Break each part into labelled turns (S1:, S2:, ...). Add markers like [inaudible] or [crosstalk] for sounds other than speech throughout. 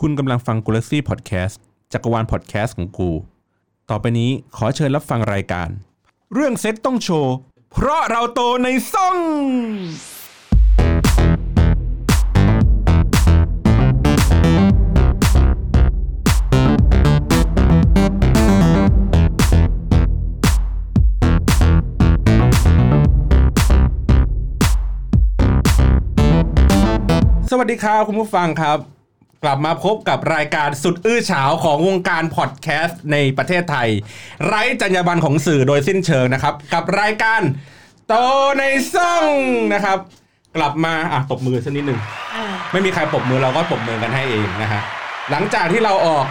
S1: คุณกำลังฟังกูลักซี่พอดแคสต์จักรวาลพอดแคสต์ของกู ต่อไปนี้ขอเชิญรับฟังรายการ เรื่องเซ็ตต้องโชว์ เพราะเราโตในซ่อง สวัสดีครับคุณผู้ฟังครับ กลับมาพบกับรายการสุดอื้อฉาวของวงการพอดแคสต์ในประเทศไทย ไร้จรรยาบรรณของสื่อโดยสิ้นเชิงนะครับ กับรายการโตในซ่องนะครับ กลับมาอ่ะตบมือสักนิดหนึ่ง
S2: อ่า
S1: ไม่มีใครปรบมือเราก็ปรบมือกันให้เองนะฮะ หลังจากที่เราออก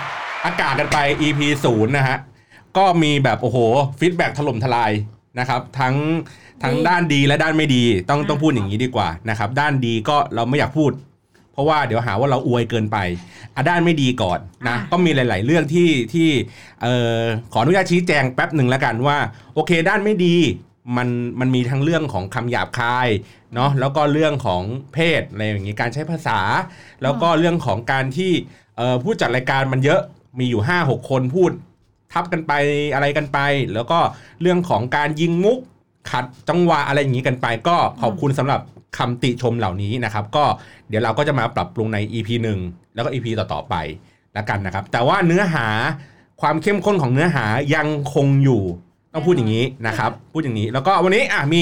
S1: อากาศกันไป EP 0นะฮะ ก็มีแบบโอ้โหฟีดแบ็ถล่มทลายนะครับ ทั้งทั้งด้านดีและด้านไม่ดี ต้องต้องพูดอย่างนี้ดีกว่านะครับ ด้านดีก็เราไม่อยากพูด เพราะว่าเดี๋ยวหาว่าเราอวยเกินไปอ่ะด้านไม่ดีก่อนนะ ก็มีหลาย ๆ เรื่องที่ที่เอ่อขออนุญาตชี้แจงแป๊บหนึ่งแล้วกันว่า โอเค ด้านไม่ดี มันมันมีทั้งเรื่องของคำหยาบคายเนาะแล้วก็เรื่องของเพศอะไรอย่างนี้การใช้ภาษา แล้วก็เรื่องของการที่เอ่อผู้จัดรายการมันเยอะมีอยู่ 5 6 คนพูด ทับกันไปอะไรกันไป แล้วก็เรื่องของการยิงมุก ขัดจังหวะอะไรอย่างนี้กันไป ก็ขอบคุณสำหรับคำติชมเหล่านี้นะครับ ก็เดี๋ยวเราก็จะมาปรับปรุงใน EP 1 แล้วก็ EP ต่อ ๆ ไปแล้วกันนะครับ แต่ว่าเนื้อหาความเข้มข้นของเนื้อหายังคงอยู่ ต้องพูดอย่างนี้นะครับ พูดอย่างนี้แล้วก็วันนี้อ่ะมี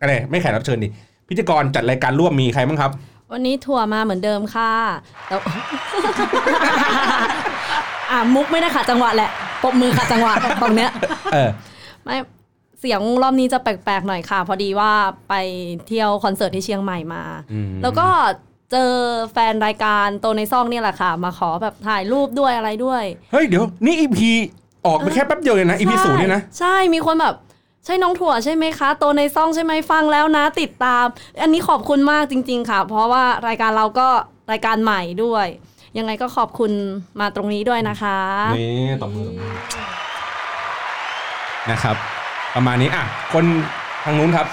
S1: อะไรไม่แขกรับเชิญดิพิธีกรจัดรายการร่วมมีใครบ้างครับ
S2: วันนี้ถั่วมาเหมือนเดิมค่ะแต่ [laughs] อ่ามุกไม่ได้ขัดจังหวะแหละปรบมือขัดจังหวะ ตรงเนี้ย
S1: เออ
S2: ไม่เสียงรอบนี้จะแปลกๆหน่อยค่ะ พอดีว่าไปเที่ยวคอนเสิร์ตที่เชียงใหม่มา
S1: อืม
S2: แล้วก็เจอแฟนรายการโตในซ่องเนี่ยแหละค่ะ มาขอแบบถ่ายรูปด้วยอะไรด้วย
S1: เฮ้ยเดี๋ยวนี่ EP ออกไปแค่แป๊บเดียวเลยนะ EP ศูนย์นี่นะ
S2: ใช่ใช่มีคนแบบใช่น้องถั่วใช่ไหมคะ โตในซ่องใช่ไหมฟังแล้วนะ ติดตาม อันนี้ขอบคุณมากจริง ๆ ค่ะ เพราะว่ารายการเราก็รายการใหม่ด้วย ยังไงก็ขอบคุณมาตรงนี้ด้วยนะคะ
S1: นี่ตบมือตบมือนะครับ ประมาณนี้อ่ะ คนทางนู้นครับ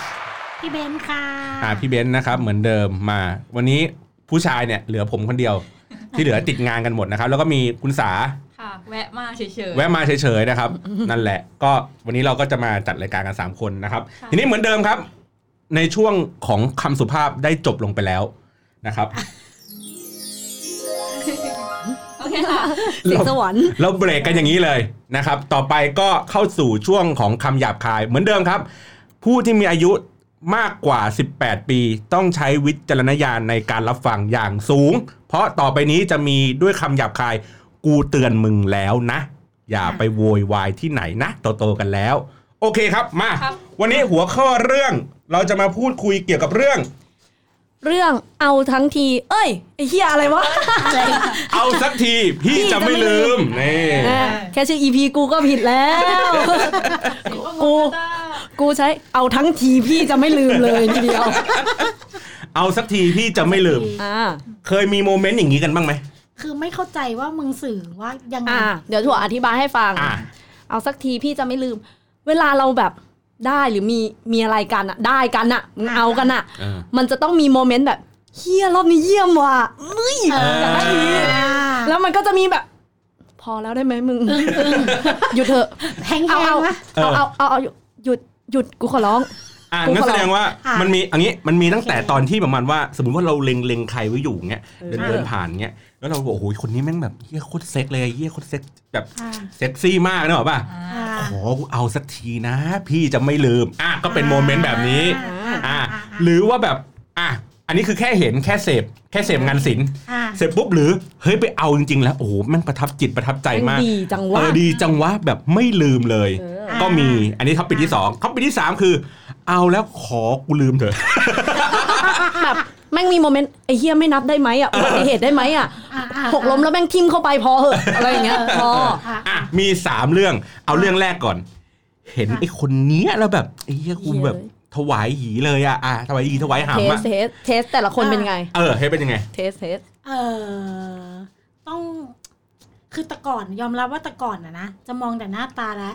S3: พี่เบนซ์ค่ะ
S1: อ่าพี่เบนซ์นะครับ เหมือนเดิมมา วันนี้ผู้ชายเนี่ย เหลือผมคนเดียว ที่เหลือติดงานกันหมดนะครับ แล้วก็มีคุณสา
S4: ค่ะ แวะมาเฉยๆ
S1: แวะมาเฉยๆ
S4: [laughs]
S1: นะครับ นั่นแหละ ก็วันนี้เราก็จะมาจัดรายการกัน 3 คนนะครับ
S4: ค่ะ
S1: ทีนี้เหมือนเดิมครับ ในช่วงของคำสุภาพได้จบลงไปแล้วนะครับ
S4: โอเคค่ะ
S2: เสิงสวรรค์
S1: เราเบรกกันอย่างนี้เลยนะครับ ต่อไปก็เข้าสู่ช่วงของคำหยาบคายเหมือนเดิมครับ ผู้ที่มีอายุมากกว่า 18 ปี ต้องใช้วิจารณญาณในการรับฟังอย่างสูง เพราะต่อไปนี้จะมีด้วยคำหยาบคาย กูเตือนมึงแล้วนะ อย่าไปโวยวายที่ไหนนะ โตๆกันแล้ว โอเคครับมา
S4: ครับ
S1: วันนี้หัวข้อเรื่องเราจะมาพูดคุยเกี่ยวกับเรื่อง
S2: เรื่องเอาทั้งที เอ้ยไอ้เฮียอะไรวะ
S1: เอาสักทีพี่จะไม่ลืมนี่
S2: แค่ชื่อ EP กูก็ผิดแล้ว กู กูใช้เอาทั้งทีพี่จะไม่ลืมเลยทีเดียว
S1: เอาสักทีพี่จะไม่ลืม
S2: อ่า
S1: เคยมีโมเมนต์อย่างนี้กันบ้างไหม
S3: คือไม่เข้าใจว่ามึงสื่อว่ายังไง
S2: อ่า เดี๋ยวถั่วอธิบายให้ฟัง
S1: อ่ะ
S2: เอาสักทีพี่จะไม่ลืม เวลาเราแบบได้หรือมีมีอะไรกันอะได้กันอะมึงเอากันอะ
S1: เออ
S2: มันจะต้องมีโมเมนต์แบบเฮียรอบนี้เยี่ยมว่ะเอ้ย
S3: เออ
S1: เออ
S3: อ่า
S2: แล้วมันก็จะมีแบบ พอแล้วได้ไหมมึงหยุดเถอะ
S3: แห้ง
S2: เอาเอา
S3: ๆนะ
S2: เอาเอาเอาเอาหยุดหยุดกูขอร้อง
S1: อ่ะ
S2: กู
S1: งั้น
S2: ขอลอง
S1: แสดงว่า
S3: อ่ะ
S1: มันมีอันนี้มันมีตั้งแต่ตอนที่ประมาณว่า สมมติว่าเราเล็งเล็งใครไว้อยู่เงี้ยเดินเดินผ่านเงี้ยแล้วเราบอกโอ้โหคนนี้แม่งแบบเฮี้ยโคตรเซ็กเลยเฮี้ยโคตรเซ็กแบบ
S3: อ่ะ
S1: เซ็กซี่มากเนกอะป่ะ
S3: อ่า
S1: ขอกูเอาสักทีนะ พี่จะไม่ลืม อ่ะก็เป็นโมเมนต์แบบนี้
S3: อ่า
S1: อ่ะ
S3: อ่า
S1: หรือว่าแบบอ่ะอันนี้คือแค่เห็นแค่เสพแค่เสพงานศิลป์
S3: อ่า
S1: เสพปุ๊บหรือเฮ้ยไปเอาจริงๆ แล้วโอ้โหแม่งประทับจิตประทับใจมาก
S2: แม่งดีจังวะ
S1: เออดีจังวะแบบไม่ลืมเลย
S2: เออ
S1: ก็มีอันนี้ท็อปปิกที่2ท็อปปิกที่ 3 คือ เอาแล้วขอกูลืมเถอะ
S2: แบบแม่งมีโมเมนต์ไอ้เฮียไม่นับได้ไหมอ่ะอุบัติเหตุได้ไหมอ่ะ
S3: อ่าอ่า
S2: หกล้มแล้วแม่งทิ่มเข้าไปพอเหอะอะไรอย่างเงี้ยพอ
S3: อ่ะ
S1: อ่ะมี 3 เรื่องเอาเรื่องแรกก่อน เห็นไอ้คนเนี้ยแล้วแบบไอ้เหี้ยกู
S2: เหี้ย
S1: แบบ
S2: เลย
S1: ถวายหีเลยอ่ะอ่ะถวายหีถวายหำ
S2: เทส
S1: อ่ะ
S2: เทสเทสแต่ละคนเป็นไง
S1: เออเฮ้ยเป็นยังไง
S2: เทสเทส
S3: เออต้อง คือแต่ก่อนยอมรับว่าแต่ก่อนอะนะ จะมองแต่หน้าตาและ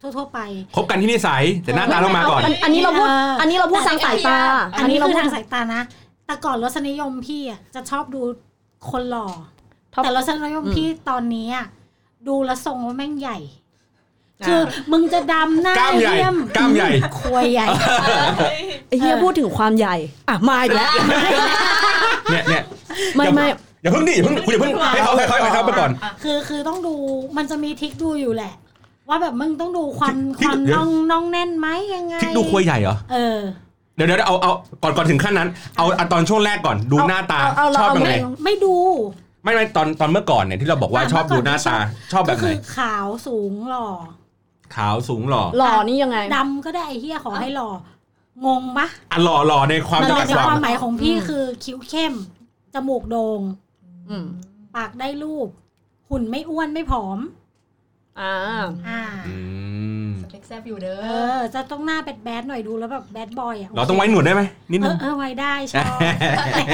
S3: ทั่วๆไป
S1: คบกันที่นิสัยแต่หน้าตาต้องมาก่อน
S2: อันอันนี้เราพูด
S3: เอออั
S2: อันนี้เราพูดทางสายตา
S3: อันนี้คือทางสายตานะ แต่ก่อนรสนิยมพี่อะจะชอบดูคนหล่อ
S2: ท็อป
S3: แต่รสนิยม
S2: อืม
S3: พี่ตอนนี้อะดูและทรงว่าแม่งใหญ่
S2: อ่า
S3: คือมึงจะดำหน้าก
S1: ล้ามใหญ่
S3: เยี่ยม
S1: กล้ามใหญ่
S3: ควยใหญ่
S2: ไอ้เฮีย
S3: เออ
S2: พูดถึงความใหญ่ อ่ะมาอีกแล้ว
S1: เนี่ยเนี่ย
S2: ไม่ไม่
S1: อย่าเพิ่งดิอย่าเพิ่งคุณอย่าเพิ่งให้เขาให้เขาให้เขาไปก่อน
S3: คือคือต้องดูมันจะมีทริคดูอยู่แหละ ว่าแบบมึงต้องดูความ
S1: ทริคว
S3: คาม
S1: เดี๋ยว
S3: น่องน่องแน่นไหมยังไง
S1: ทิกดูควยใหญ่เหรอ
S3: เออ
S1: เดี๋ยวเดี๋ยวเอาเอาก่อนก่อนถึงขั้นนั้น เอาเอาตอนช่วงแรกก่อนดูหน้าตา
S2: เอาเอาเรา
S1: ชอบ
S2: เอา
S1: ยังไง
S2: ไม่
S3: ไม่ดู
S1: ไม่ไม่ตอนตอนเมื่อก่อนเนี่ยที่เราบอกว่า
S3: อ่ะ
S1: ชอบดู
S3: เมื่อก่อน
S1: หน้า
S3: ชอบ
S1: ตาชอบแบ
S3: ก็
S1: บไห
S3: คื
S1: น
S3: อขาวสูงหล่อ
S1: ขาวสูงหล่อ
S2: หล่อนี่ยังไง
S3: ดำก็ได้ไอ้เฮียขอให้หล่องงปะ
S1: อ่ะหล่อหล่อในความ
S3: มัน
S1: จำกั
S3: เป็
S1: ด
S3: น
S1: ควา
S3: ความ มหมายของพี่
S2: อืม
S3: คือคิ้วเข้ม จมูกโด่ง
S2: อืม
S3: ปากได้รูป หุ่นไม่อ้วนไม่ผอม
S2: อ่า
S3: อ่า
S1: อืม
S4: สเปคแซบอยู่เด้อ
S3: เออ จะต้องหน้าแบดแบดๆหน่อยดูแล้วแบบแบดบอยอ่ะ
S1: เราต้องไว้หนวดได้ไหมนิด
S3: เอ
S1: นึง
S3: อเออไว้ได้ชอบ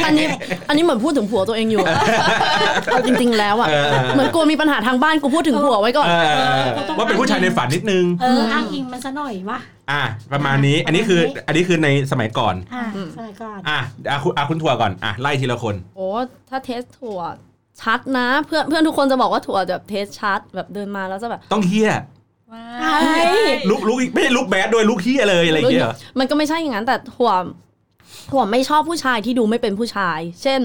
S2: อันนี้อันนี้เหมือนพูดถึงผัวตัวเองอยู่ [laughs] เอาจริง ๆ แล้วอ่ะ
S1: เออเออเออ
S2: เหมือนกลัวมีปัญหาทางบ้านกูพูดถึงผัวไว้ก่อน
S1: เออเออเออว่าเป็นผู้ชายในฝันนิดนึง
S3: เอออ้างอิงมันซะหน่อยวะ
S1: อ่ะประมาณนี้อันนี้คือ
S3: ประมาณนี้
S1: อันนี้คือในสมัยก่อน
S3: อ่า
S2: อืม
S3: สมัยก่อน
S1: อ่ะอ่ะคุณอ่ะคุณถั่วก่อนอ่ะไล่ทีละคน
S2: โอ้ถ้าเทสถั่วชัดนะ เพื่อนเพื่อนทุกคนจะบอกว่าถั่วแบบเทสชัดแบบเดินมาแล้วจะแบบ
S1: ต้องเฮี้ย
S4: ว้า
S3: เฮ้ย
S1: ลุกลุกไม่ใช่ลุกแบดด้วยลุกเฮี้ยเลยอะไรอย่างเงี้ยเหรอ
S2: มันก็ไม่ใช่อย่างนั้นแต่ถั่วถั่วไม่ชอบผู้ชายที่ดูไม่เป็นผู้ชาย เช่น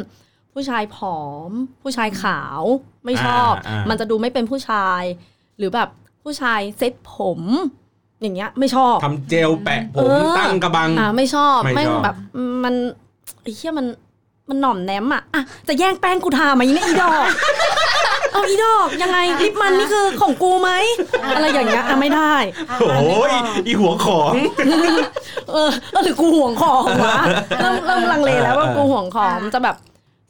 S2: ผู้ชายผอม ผู้ชายขาวไม่ชอบ มันจะดูไม่เป็นผู้ชาย หรือแบบผู้ชายเซ็ตผม อย่างเงี้ยไม่ชอบ
S1: ทำเจลแปะผ
S2: เอ
S1: ม
S2: อ
S1: ตั้งกระบัง
S2: อ่าไม่ชอบ
S1: ไม่ชอบ
S2: แม่งแบบมันไอ้เหี้ยมันมันหน่อมแนมอ่ะอ่ะจะแย่งแป้งกูทาไหมเนี่ยอีดอก [laughs] เอาอีดอกยังไงลิปมันนี่คือของกูไหมอะไรอย่างเงี้ยอ่ะไม่ได้
S3: อ่ะ
S1: โอ้ยอีหัวของ
S2: เออเออหรือกูห่วงของวะเริ่มเริ่มลังเลแล้วว่ากูห่วงของจะแบบ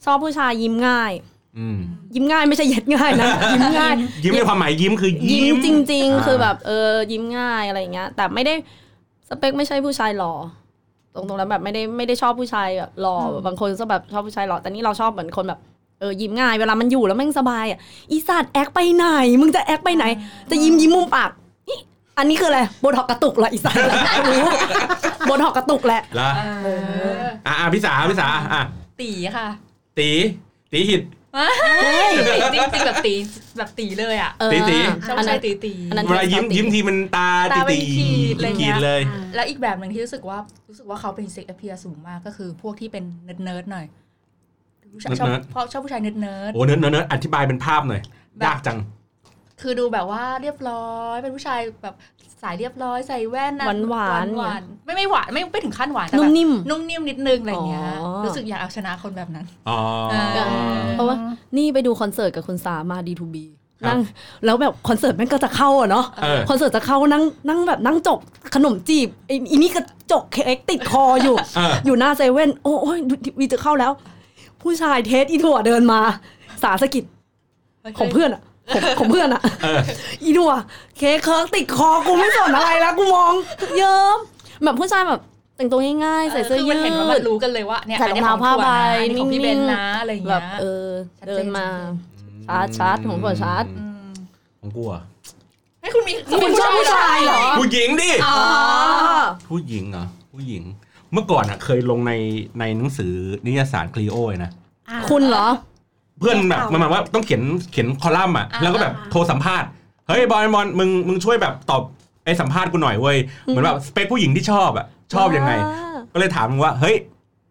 S2: ชอบผู้ชายยิ้มง่าย
S1: อืม
S2: ยิ้มง่ายไม่ใช่เย็ดง่ายนะยิ้มง่าย
S1: ยิ้มในความหมายยิ้มคือ
S2: ยิ้
S1: ยิ้
S2: ม
S1: ม
S2: จริง
S1: อ่า
S2: ๆ คือแบบเออยิ้มง่ายอะไรอย่างเงี้ย แต่ไม่ได้สเปคไม่ใช่ผู้ชายหล่อตรงตรงๆแล้วแบบไม่ได้ไม่ได้ชอบผู้ชายแบบหล่อแบบบางคนก็แบบชอบผู้ชายหล่อแต่นี่เราชอบเหมือนคนแบบเออยิ้มง่ายเวลามันอยู่แล้วแม่งสบายอ่ะอีสัตว์แอคไปไหน มึงจะแอคไปไหน จะยิ้มยิ้มมุมปากอิอันนี้คืออะไรโบท็อกกระตุกแหละอีสัตว์รู้โบท็อกกระตุกแหละ
S1: ละ
S4: เออ
S1: อ่ะอ่ะพี่สาพี่สาอ่ะ
S4: ตีค่ะ
S1: ตีตีหิด
S4: ตีจริงๆแบบตีแบบตีเลยอ่ะ
S2: เออ
S1: ตี๋
S4: ชอบ
S2: อัน
S4: ใช้
S2: นั้น
S4: ตีตีๆ
S2: อันนั้น
S1: เวลายิ้มยิ้มทีมันตา
S4: ตาเป็น
S1: ตี
S4: ขีดอะไรเงี้ย
S1: ขีดเลย
S3: อ่ะ
S4: แล้วอีกแบบหนึ่งที่รู้สึกว่ารู้สึกว่าเขาเป็นเซ็กอเพียสูงมากก็คือพวกที่เป็นเนิร์ดเนิร์ดๆหน่อยผู้ชายชอบ
S1: เนิร์ด
S4: เพราะชอบผู้ชายเนิร์ดเนิร์ด
S1: โอ้เนื้อเนื้อเนื้ออธิบายเป็นภาพหน่อย
S4: แบบ
S1: ยากจัง
S4: ๆคือดูแบบว่าเรียบร้อยเป็นผู้ชายแบบสายเรียบร้อยใส่แว่นนะ
S2: หวานๆ
S4: หวานๆไม่ไม่หวานไม่ไม่ถึงขั้นหวานแต่
S2: นุ่
S4: แบ
S2: ม
S4: บ
S2: นิ่ม
S4: นุ่มนิ่มนิดนึงอะไรเงี้ย
S2: อ๋อ
S4: รู้สึกอยากเอาชนะคนแบบนั้น
S1: อ๋อ
S4: เอ
S2: เพราะว่านี่ไปดูคอนเสิร์ตกับคุณสามาดีทูบี
S1: ครับ
S2: นั่งแล้วแบบคอนเสิร์ตแม่งก็จะเข้าอะเนาะ
S1: เออ
S2: คอนเสิร์ตจะเข้านั่งนั่งแบบนั่งจกขนมจีบไอ้อีนี่ก็จกเค้กติดคออยู่ [laughs]
S1: เออ
S2: อยู่หน้าเซเว่นโอ้โอ้ยดูทีวีจะเข้าแล้ว ผู้ชายเทสอีถั่วเดินมา สาสะกิดของเพื่อนอะของของเพื่อนอะ
S1: เออ
S2: อีถั่วเค้กเคิร์กติดคอกูไม่สนอะไรแล้วกูมองเยิ้มแบบผู้ชายแบบแต่งตัวง่ายๆ ใส่เสื้อ
S4: คื
S2: ยื
S4: มันเห็นว่ามัน
S2: ด
S4: รู้กันเลยว่าเนี่ย
S2: ใส่รองเท้าผ้าใบ
S4: อันนี้ของพี่เบน
S2: นิ่งๆ
S4: นะอะไรอย่าง
S2: แบ
S4: เงี้
S2: บ
S4: ย
S2: เออ
S4: ชัดเจน
S2: เดินมา ชาร์จชาร์จของก่อนชาร์จ
S4: อืม
S1: ของกูเหรอ่ะ
S4: ให้คุณมี
S2: คุณชอบผู้ชายเหรอ
S1: ผู้หญิงดิ
S4: อ๋อ
S2: อ๋อ
S1: ผู้หญิงเหรอผู้หญิง เมื่อก่อนอ่ะเคยลงในในหนังสือนิยายสารคลีโอเลยนะ
S3: อ่ะ
S2: คุณเหรอ
S1: เพื่อนแบบ
S3: เอา
S1: มันหมายว่าต้องเขียนเขียนคอลัมน์อ่ะ
S4: า
S1: แล้วก็แบบ
S3: อ่า
S1: โทรสัมภาษณ์เฮ้ยบอยบอลมึงมึงช่วยแบบตอบไอ้สัมภาษณ์กูหน่อยเว้ยเหมือนแบบสเปคผู้หญิงที่ชอบอ่ะชอบยังไง ก็เลยถามมึงว่าเฮ้ย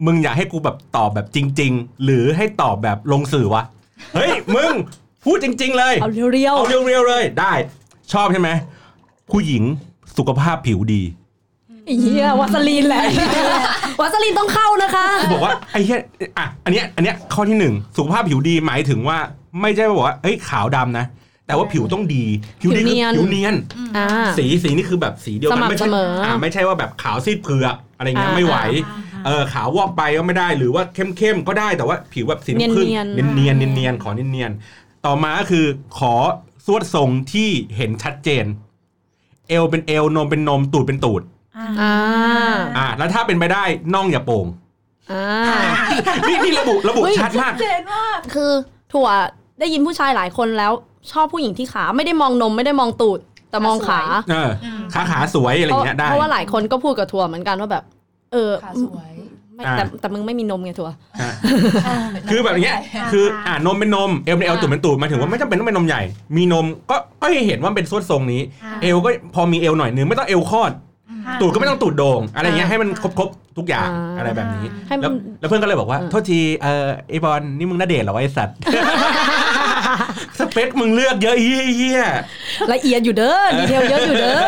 S1: มึงอยากให้กูแบบตอบแบบจริง ๆ หรือให้ตอบแบบลงสื่อวะเฮ้ย [laughs] มึงพูดจริง ๆ เลย
S2: เอาเรียว
S1: เอาเรียวๆเลยได้ ชอบใช่ไหมผู้หญิงสุขภาพผิวดี
S2: ๆไอ้เหี้ยวัสลีน [laughs] แหละวัสลีนต้องเข้านะคะ
S1: กูบอก
S2: [laughs]
S1: ว่าไอ้เหี้ยอ่ะอันเนี้ยอันเนี้ยข้อที่หนึ่งสุขภาพผิวดีหมายถึงว่าไม่ใช่ว่าบอกว่าเฮ้ยขาวดำนะ แต่ว่าผิวต้องดีผิวดีคือ
S2: ผิ
S1: ผิ
S2: ว
S1: ว
S2: เนี
S1: เนีย
S2: ย
S1: น
S2: น อ่า
S1: สีสีนี่คือแบบสีเดียวกั
S2: ส
S1: น
S2: ม่ำ
S1: ไม่ใช่
S2: เสมออ่
S1: าไม่ใช่ว่าแบบขาวซีดเผือกอะไรเงี้ย
S2: อ่า
S1: ไม่ไหว
S3: อ่าอ่า
S1: เออขาววอกไปก็ไม่ได้หรือว่าเข้มๆก็ได้แต่ว่าผิวแบบสีน้ำผึ้ง
S2: เนี
S1: เนี
S2: ย
S1: ย
S2: น
S1: น
S2: ๆ
S1: เนียนๆเนียนๆขอเนียนๆต่อมาก็คือขอสวดทรงที่เห็นชัดเจน เอวเป็นเอวนมเป็นนมตูดเป็นตูด
S3: อ่ะ
S2: อ่า
S1: อ่าแล้วถ้าเป็นไปได้น่องอย่าโป่ง
S2: อ่า
S1: นี่นี่ระบุระบุ
S2: เฮ้ย
S1: ชัดมาก
S4: เจนมาก
S2: คือถั่วได้ยินผู้ชายหลายคนแล้ว ชอบผู้หญิงที่ขาไม่ได้มองนมไม่ได้มองตูด แต่มองขา
S1: เออขาขาสวยอะไร
S2: เพราะ
S1: เงี้ยได้
S2: เพราะว่าหลายคนก็พูดกับถั่วเหมือนกันว่าแบบ เออ
S4: ขาสวย
S2: ไม่
S1: อ่า
S2: แต่แต่มึงไม่มีนมไงถั่ว
S1: ฮะ
S3: อ่า
S1: คือแบบอย่างเงี้ย
S3: อ่า
S1: คือ
S3: ค่ะ
S1: อ่านมเป็นนม เอลเป็นเอล
S2: อ่า
S1: ตุ่มเป็นตุ่มหมายถึงว่าไม่จำเป็นต้องเป็นนมใหญ่ มีนมก็ก็ให้เห็นว่าเป็นส้วนทรงนี้
S3: อ่า
S1: เอลก็พอมีเอลหน่อยนึงไม่ต้องเอลคลอด
S3: อ่า
S1: ตูดก็ไม่ต้องตูดโด่งอะไรเงี้ย
S2: อ่า
S1: ให้มันครบครบทุกอย่าง
S2: อ่า
S1: อะไรแบบนี้
S2: ให้
S1: แล้
S2: มั
S1: วน แล้วเพื่อนก็เลยบอกว่า
S2: เออ
S1: โทษทีเออไอบอลนี่มึงน่าเดทเหรอวะไอสัตว์ [laughs] สเปคมึงเลือกเยอะเหี้ยเหี้ย
S2: ละเอียดอยู่เด้อดีเทลเยอะอยู่เด้อ [laughs]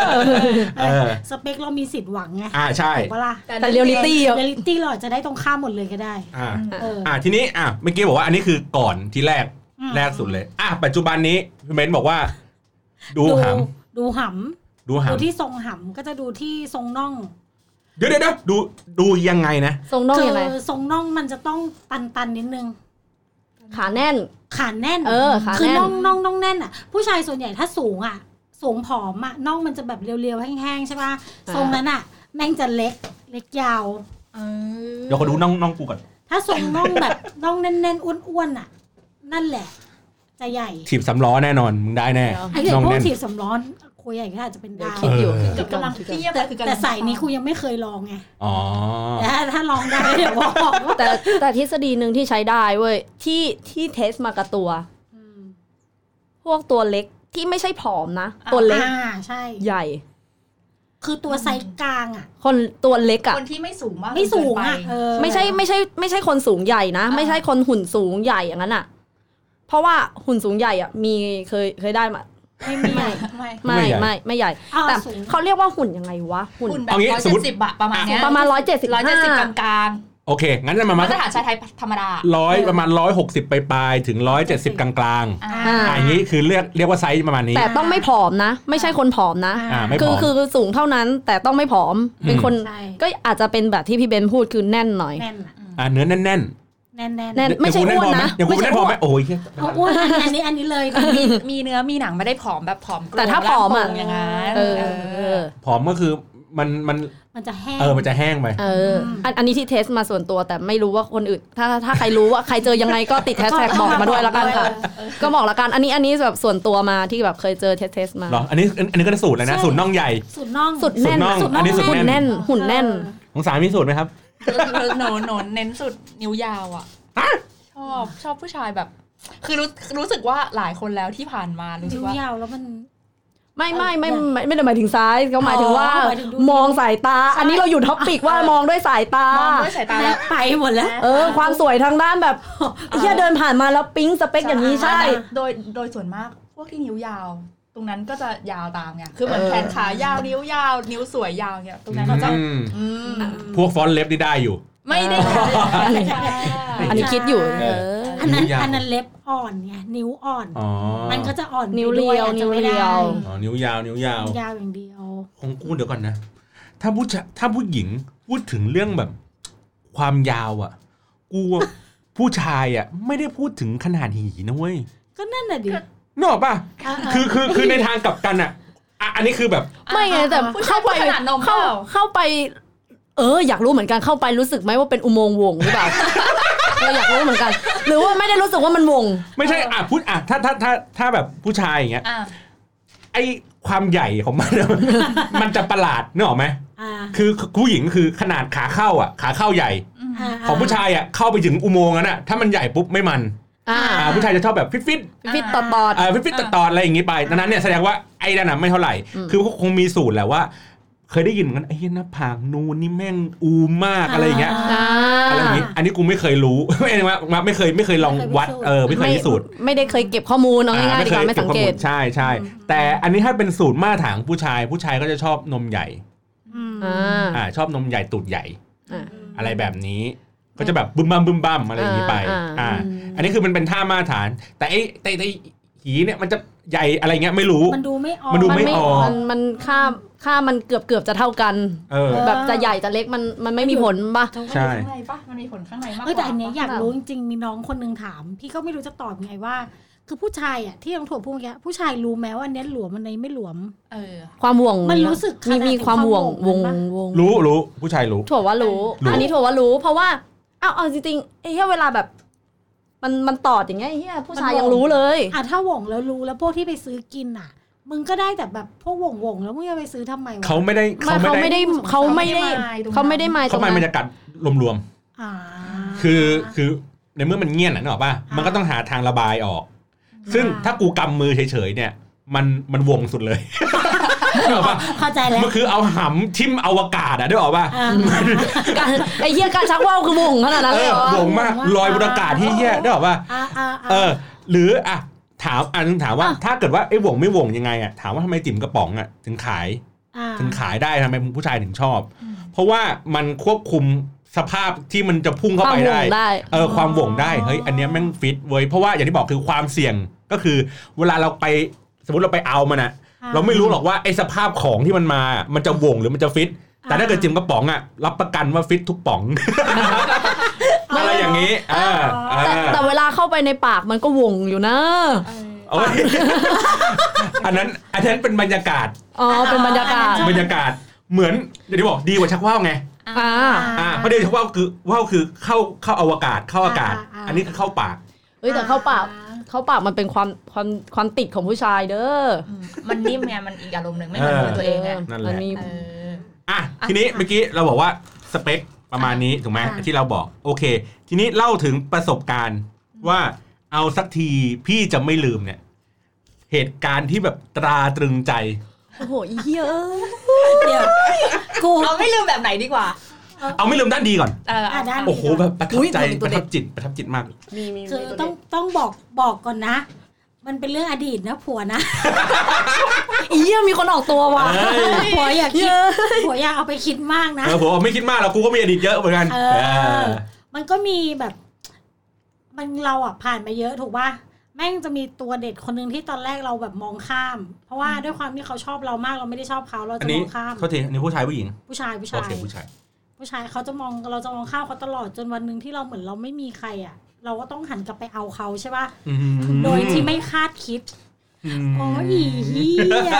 S1: เออ
S3: สเปคเรามีสิทธิ์หวังไง
S1: อ่าใช่
S3: ถูกปะล่ะ
S2: แต่เรียลลิตี้อ่ะ
S3: เรลิตี้เราอาจจะได้ตรงข้ามหมดเลยก็ได้
S1: อ่า
S3: เออ
S1: อ่าทีนี้อ่ะเมื่อกี้บอกว่าอันนี้คือก่อนที่แรก
S3: อืม
S1: แรกสุดเลย อ่ะปัจจุบันนี้พี่เบนบอกว่า ดูห
S3: ดูห
S1: ำดู
S3: ำ
S1: หำ
S3: ดูที่ทรงหำก็จะดูที่ทรงน่อง
S1: เดี๋ยวเดี๋ยวเดี๋ยวดูดูยังไงนะ
S2: ทรงน่อง
S3: คื
S2: ยังไง
S3: ทรงน่องมันจะต้องตันตันๆนิดนึง
S2: ขาแน่น
S3: ขาแน่น
S2: เออขาแน่น
S3: คือน่องน่องน่องแน่นอ่ะ ผู้ชายส่วนใหญ่ถ้าสูงอ่ะ สูงผอมอ่ะน่องมันจะแบบเรียวๆ แห้งๆ ใช่ป่ะทรงนั้นอ่ะ แม่งจะเล็กเล็กยาว
S4: เออ
S1: เดี๋ยวขอดูน้องน้องกูก่อน
S3: ถ้าทรงน่อง
S2: [laughs]
S3: แบบ น่องแน่นๆอ้วนๆอ่ะ นั่นแหละ จะใหญ่
S1: ถีบสำล้อแน่นอน มึงได้แน่
S2: เดี๋ยว
S3: ไอ้เด็ก
S1: น้อง
S3: พวก
S1: แน่น
S3: ถีบสำร้อนคุยใหญ่ก็อาจจะเป็น
S2: เดี๋ยว
S3: ได้
S2: คิดอยู่
S1: เออ
S2: คิด
S4: กำลัง
S2: คิด
S4: เทียบ
S3: แต่
S4: อะคือกำลัง
S3: แต่สายนี้คุยังไม่เคยลองไง
S1: อ๋อ
S3: แต่ถ้าลองได้เดี๋ยวบอก
S2: แต่แต่ทฤษฎีหนึ่งที่ใช้ได้เว้ยที่ที่เทสมากับตัว
S3: อืม
S2: พวกตัวเล็กที่ไม่ใช่ผอมนะ ตัวเล็ก
S3: อ่าใช่
S2: ใหญ่
S3: คือตัวไซส์กลางอ่ะ
S2: คนตัวเล็กอ่ะ
S4: คนที่ไม่สูงมาก
S3: ไม่สูงอ่ะ
S4: เกินไป
S3: เออ
S2: ไม่ใช่ไม่ใช่ไม่ใช่คนสูงใหญ่นะ
S4: อ่า
S2: ไม่ใช่คนหุ่นสูงใหญ่อย่างนั้นอ่ะ เพราะว่าหุ่นสูงใหญ่อ่ะ มีเคยเคยได้มา
S3: ไม่มี
S4: ไม่ไม่
S1: ไม่
S2: ไม่
S1: ใหญ่
S2: ไม่ไม่ใหญ่
S3: เอา
S2: แต่
S3: สูง
S2: เขาเรียกว่าหุ่นยังไงวะหุ่น
S4: หุ่นแบ
S1: เอา
S4: บ
S1: งี้
S4: ร้อย
S1: สม
S4: เจ็
S1: มุ
S4: ด
S1: ติ
S4: สิบอะประมาณเนี้ย
S2: ประมาณ175
S4: ร้อยเจ็ดสิบกลางกลาง
S1: โอเค งั้นจะมา
S4: ๆ
S1: มา
S4: มาตรฐานชายไทยธรรมดา
S1: ร้อยประมาณร้อยหกสิบปลายๆถึงร้อยเจ็ดสิบกลาง
S4: อ่า
S1: ๆอ่าอย่างนี้คือเรียกเรียกว่าไซส์ประมาณนี้
S2: แต่ต้องไม่ผอมนะ ไม่ใช่คนผอมนะ
S1: อ่าไม่ผ
S2: คือ
S1: อม
S2: คือสูงเท่านั้น แต่ต้องไม่ผอมเป็นคน
S3: ใช่
S2: ก็อาจจะเป็นแบบที่พี่เบนพูดคือแน่นหน่อย
S3: แน่นอะ
S1: อ่าเนื้อแน่นๆ
S3: แน่นแน่น
S2: แน่น
S1: เดี๋ยว
S2: ไม่ใช่
S1: กูแน่
S2: อ้วนนะ
S1: พอไหมเดี๋ยวกู
S2: ไม่ใช่
S1: แน่นพอไหม
S2: อ้วน
S1: โอ้ยเหี้ย
S3: เอาอ้วนอันนี้อันนี้เลยดิ
S4: มีมีเนื้อมีหนังไม่ได้ผอมแบบผอมกลว
S2: แต่ถ้าผอมอะ
S4: ร่างโป่งอย่างนั้น
S2: เออเออ
S1: ผอมก็คือมันมัน
S3: มันจะแห้ง
S1: เออมันจะแห้งไป
S2: เอออันอันนี้ที่เทสมาส่วนตัวแต่ไม่รู้ว่าคนอื่น ถ้าถ้าใครรู้ว่าใครเจอยังไงก็ติดแฮชแท็กบอกมาด้วยละกันค่ะ ก็บอกละกันอันนี้อันนี้แบบส่วนตัวมาที่แบบเคยเจอเทสเทสมา
S1: เหรอ อันนี้อันอันนี้ก็สูตรเลยนะ
S3: ใช่
S1: สูตรน่องใหญ่
S3: สุดน่อง
S2: สุดแน่น
S1: สุดน่องอันนี้สุด
S2: หุ่น
S1: แน่
S2: แน่
S1: น
S2: นหุ่นแน่น
S1: ของสามีสูตรไหมครับ
S4: [laughs] หนูหนูเน้นสุดนิ้วยาวอ่ะ ชอบชอบผู้ชายแบบ คือรู้รู้สึกว่าหลายคนแล้วที่ผ่านมารู้สึ
S3: นิ้
S4: ก
S3: ว
S4: ว่าย
S3: าวแล้วมัน
S2: ไม่ไม่ไม่ไม่ไม่ไม่ได้หมายถึงซ้ายเขาหมายถึงว่า
S3: อ๋อหมายถึงดู
S2: มองสายตา อันนี้เราอยู่ท็อปปิกว่ามองด้วยสายตาม
S4: องด้วยสายตาแล้ว
S3: ไปหมดแล้ว
S2: เออ ความสวยทางด้านแบบไอ้เฮียเดินผ่านมาแล้วปิ๊งสเปคอย่างนี้ใช่
S4: โดยโดยส่วนมากพวกที่นิ้วยาว ตรงนั้นก็จะยาวตามไงคือเหมือนแขนขายาวนิ้วยาว นิ้วสวยยาวเนี่ยตรงนั้นก็จะ
S1: อืม
S4: อืม
S1: พวกฟอนต์เล็บนี่ได้อยู่
S4: ไม่ [laughs] ได้ยาว
S2: อันนี้คิดอยู่เออ
S3: อันนั้น
S1: นิ้วยาว
S3: อันนั้นเล็บอ่อนไงนิ้วอ่อน
S1: อ๋อ
S3: มันก็จะอ่อนไป
S2: นิ้วเรียว
S3: ด้อาจจะไม่
S2: นิ้วเรียว
S1: อ๋อนิ้วยาวนิ้วยา
S3: ได้
S1: ว
S3: ยาวอย่างเดียว
S1: ของกูเดี๋ยวก่อนนะ ถ้าผู้ชะถ้าผู้หญิงพูดถึงเรื่องแบบ ความยาวอะ่ะ กูอะ [laughs] ผู้ชายอะ่ะ ไม่ได้พูดถึงขนาดหีนะเว้ย
S3: ก็นั่นน่ะดิ
S1: นึกออกปะ
S3: เออเออ
S1: คือคือคือในทางกลับกันอะ่ะอ่ะ อันนี้คือแบบ
S2: ไม่ไงแต่
S4: ผู้ชา
S2: เข้าย ไป
S4: ขนาดนมเป
S2: เข้า
S4: ล่า
S2: เข้าไป เออ อยากรู้เหมือนกันเข้าไปรู้สึกไหมว่าเป็นอุโมงค์วงหรือเปล่า เราอยากรู้เหมือนกัน หรือว่าไม่ได้รู้สึกว่ามันวง
S1: ไม่ใช่อ่ะพูดอ่ะถ้าถ้าถ้าถ้าแบบผู้ชายอย่างเงี้ย
S4: อ่ะ
S1: ไอความใหญ่ของมัน [laughs] มันจะประหลาดนึกออกไหม
S3: อ่า
S1: คือผู้หญิงคือขนาดขาเข้าอ่ะ ขาเข้าใหญ่
S3: า
S1: ของผู้ชายอ่ะเข้าไปถึงอุโมงค์นั้นอ่ะถ้ามันใหญ่ปุ๊บไม่มัน
S2: อ่า
S1: อ่าผู้ชายจะชอบแบบฟิตๆ
S2: ฟิตตอดตอด
S1: เออฟิตๆตอนๆอะไรอย่างนี้ไปดังนั้นเนี่ยแสดงว่าไอ้นั่นน่ะไม่เท่าไหร่
S2: อืม
S1: คือคงมีสูตรแหละว่า เคยได้ยินเหมือนกันไอ้เหี้ยหน้าผากนูนนี่แม่งอูมากอะไรอย่างเงี้ย
S2: อ่า
S1: อะไรอย่างงี้ อันนี้กูไม่เคยรู้ [laughs] ไม่ใช่ว่าไม่เคยไม่เคยลองวัดเออไม่เคยพิสูจน์
S2: ไม่ได้เคยเก็บข้อมูลเอาง่ายๆดีกว่าไม่สังเกต
S1: ใช่ใช่แต่อันนี้ถ้าเป็นสูตรมาตรฐานของผู้ชาย ผู้ชายก็จะชอบนมใหญ่
S3: อืม
S2: อ่า
S1: อ่าชอบนมใหญ่ตูดใหญ่
S2: อ่า
S1: อะไรแบบนี้ ก็จะแบบบึมบัมบึมบัมอะไรอย่างนี้ไป
S2: อ่าอ่า
S1: อ่า อันนี้คือมันเป็นท่ามาตรฐาน แต่ไอ้แต่แต่หีเนี่ยมันจะใหญ่อะไรเงี้ยไม่รู้
S3: มันดูไม่ออก
S1: มันดูไม่ ออก
S2: มันมันค่าค่ามันเกือบเกือบจะเท่ากัน
S1: เออ
S2: แบบจะใหญ่จะเล็กมันมันไม่มีผลป่ะ
S1: ใช่
S4: ข้างในปะมันมีผลข้างในมากก
S3: เออ
S4: ว่า
S3: แต่อันเนี้ยอยาก
S2: เปล่า
S3: รู้จริงๆมีน้องคนหนึงถาม พี่ก็ไม่รู้จะตอบไงว่า คือผู้ชายอ่ะที่น้องถั่วพูดเมื่อกี้ผู้ชายรู้ไหมว่าอันเนี้ยหลวมอันนี้ไม่หลวม
S4: เออ
S2: ความห่วง
S3: มันรู้สึกข
S2: มี
S3: นาด
S2: มีความห่วง
S3: คว วาม
S2: ง
S3: ห่วงมันปะ
S2: วง
S1: รู้รู้ผู้ชายรู้
S2: ถั่วว่ารู้
S1: รู้
S2: อันนี้ถั่วว่ารู้เพราะว่าอ้าวเอาจริงๆไอ้เหี้ยเวลาแบบ มันมันตอดอย่างเงี้ยไอ้เหี้ยผู้ชาย
S3: มันบอก
S2: ยังรู้เลย
S3: อ่ะถ้าหวงแล้วรู้แล้วพวกที่ไปซื้อกินอ่ะ มึงก็ได้แต่แบบพวกหวงหวงๆแล้วมึงจะไปซื้อทำไมวะ
S1: เขาไม่ได้
S2: ไม่
S1: เขา
S2: เขา
S1: ไม่
S2: ไม่
S1: ได้
S2: ได้เขาไม่ได้
S4: เขาไม่
S2: เขาไม่
S4: ได้
S2: ได้หมายตร
S1: เขา
S2: ง
S1: ไม่บรร
S2: นั้น
S1: ยากาศรวม
S3: อ่า
S1: คือคือในเมื่อมันเงียบนะนึกออกป่ะมันก็ต้องหาทางระบายออก ซึ่งถ้ากูกำมือเฉยๆเนี่ยมันมันวงสุดเลย นึกออกป่ะ
S3: เข้าใจแล้ว
S1: มันคือเอาหำทิ่มอวกาศอะได้ออกป่ะ
S3: อ่า
S2: การไอ้เหี้ยการชักว่าวคือวงขนาดนั้น
S1: เอ
S2: เลย
S1: อ
S2: เหรอ
S1: วงมาก
S3: วงมาก
S1: ลอยบนอากาศที่เหี้ยได้ออกป่ะ
S3: อ่าอ่า
S1: เออ หรืออ่ะถามอันนึงถามว่าถ้าเกิดว่าไอ้วงไม่วงยังไงอะถามว่าทำไมจิ๋มกระป๋องอะถึงขาย
S3: อ่า
S1: ถึงขายได้ทำไมผู้ชายถึงชอบ เพราะว่ามันควบคุมสภาพที่มันจะพุ่งเข้า
S2: ความ
S1: ไป
S2: ว
S1: ได้
S2: งได้
S1: เออความหวงได้เฮ้ยอันเนี้ยแม่งฟิตเว้ยเพราะว่าอย่างที่บอกคือความเสี่ยงก็คือ เวลาเราไปสมมติเราไปเอามันอะเราไม่รู้หรอกว่าไอ้สภาพของที่มันมาอะมันจะหวงหรือมันจะฟิต แต่ถ้าเกิดจิมกระป๋องอะรับประกันว่าฟิตทุกป๋อง อะไรอย่างนี้อ่าอ่า
S2: แต่แต่เวลาเข้าไปในปากมันก็วงอยู่นะ
S1: โอ้ย [laughs] อันนั้นอันนั้นเป็นบรรยากาศ
S2: อ๋อ เป็นบรรยากาศ
S1: บรรยากาศเหมือนอย่างที่บอกดีกว่าชักว่าวไง
S2: อ่า
S3: อ่า
S1: อ่าเพราะเดียวชักว่าวคือว่าวคือเข้าเข้าอวกาศเข้าอากาศ
S3: อ่าอ่า
S1: อันนี้คือเข้าปาก
S2: เฮ้ยแต่เข้าปาก เข้าปากมันเป็นความความความติดของผู้ชายเด้อ
S4: มันนิ่มไงมันอีกอารมณ์หนึ่งไม่เหมือนมือตัวเองไง
S1: นั่นแหละ
S2: มัมี
S4: เออ
S1: อ่ะทีนี้เมื่อกี้เราบอกว่าสเปคประมาณนี้ถูกไหม
S3: อ่ะ
S1: ที่เราบอกโอเค ทีนี้เล่าถึงประสบการณ์ว่าเอาสักทีพี่จะไม่ลืมเนี่ย เหตุการณ์ที่แบบตราตรึงใจ
S2: โอ้โหอีเหี้ยเอ้ย
S3: เดี๋ยวกู
S4: เราไม่ลืมแบบไหนดีกว่า
S1: เอาไม่ลืมด้านดีก่อน
S4: เอออ่ะ
S1: โอ้โหแบบประทับใจ
S4: อุ๊ย
S1: ป
S4: ตัว
S1: ระทั
S4: เด็ก
S1: บจิตประทับจิตมาก
S2: มีมี
S3: คือ
S2: มี
S3: ต้องต้องบอกบอกก่อนนะ มันเป็นเรื่องอดีตนะผัวนะ
S2: อีเหี้ยมีคนออกตัวว่ะ
S1: เอ้ย
S3: ผัวอย่าคิ
S2: เหี้
S3: ด
S2: ย
S3: ผัวอย่าเอาไปคิดมากนะ
S1: เออผมว่าไม่คิดมากหรอกกูก็มีอดีตเยอะเหมือนกัน
S3: เออ มันก็มีแบบ มันเราอ่ะผ่านมาเยอะถูกป่ะแม่งจะมีตัวเด็ดคนหนึ่งที่ตอนแรกเราแบบมองข้าม เพราะว่าด้วยความที่เขาชอบเรามากเราไม่ได้ชอบเขาเรา
S1: อั
S3: จะ
S1: น
S3: ม
S1: นี้
S3: องข้าม
S1: เขาทีอันนี้ผู้ชายผู้หญิง
S3: ผู้ชายผู้
S1: โอ
S3: ชาย
S1: เคผู้ชาย
S3: ผู้ชายเขาจะมองเราจะมองข้ามเขาตลอดจนวันหนึ่งที่เราเหมือนเราไม่มีใครอ่ะ เราก็ต้องหันกลับไปเอาเขาใช่ป่ะ
S1: อื
S3: โดยที่ไม่คาดคิด
S1: ม
S3: โอ้ยอีเฮีย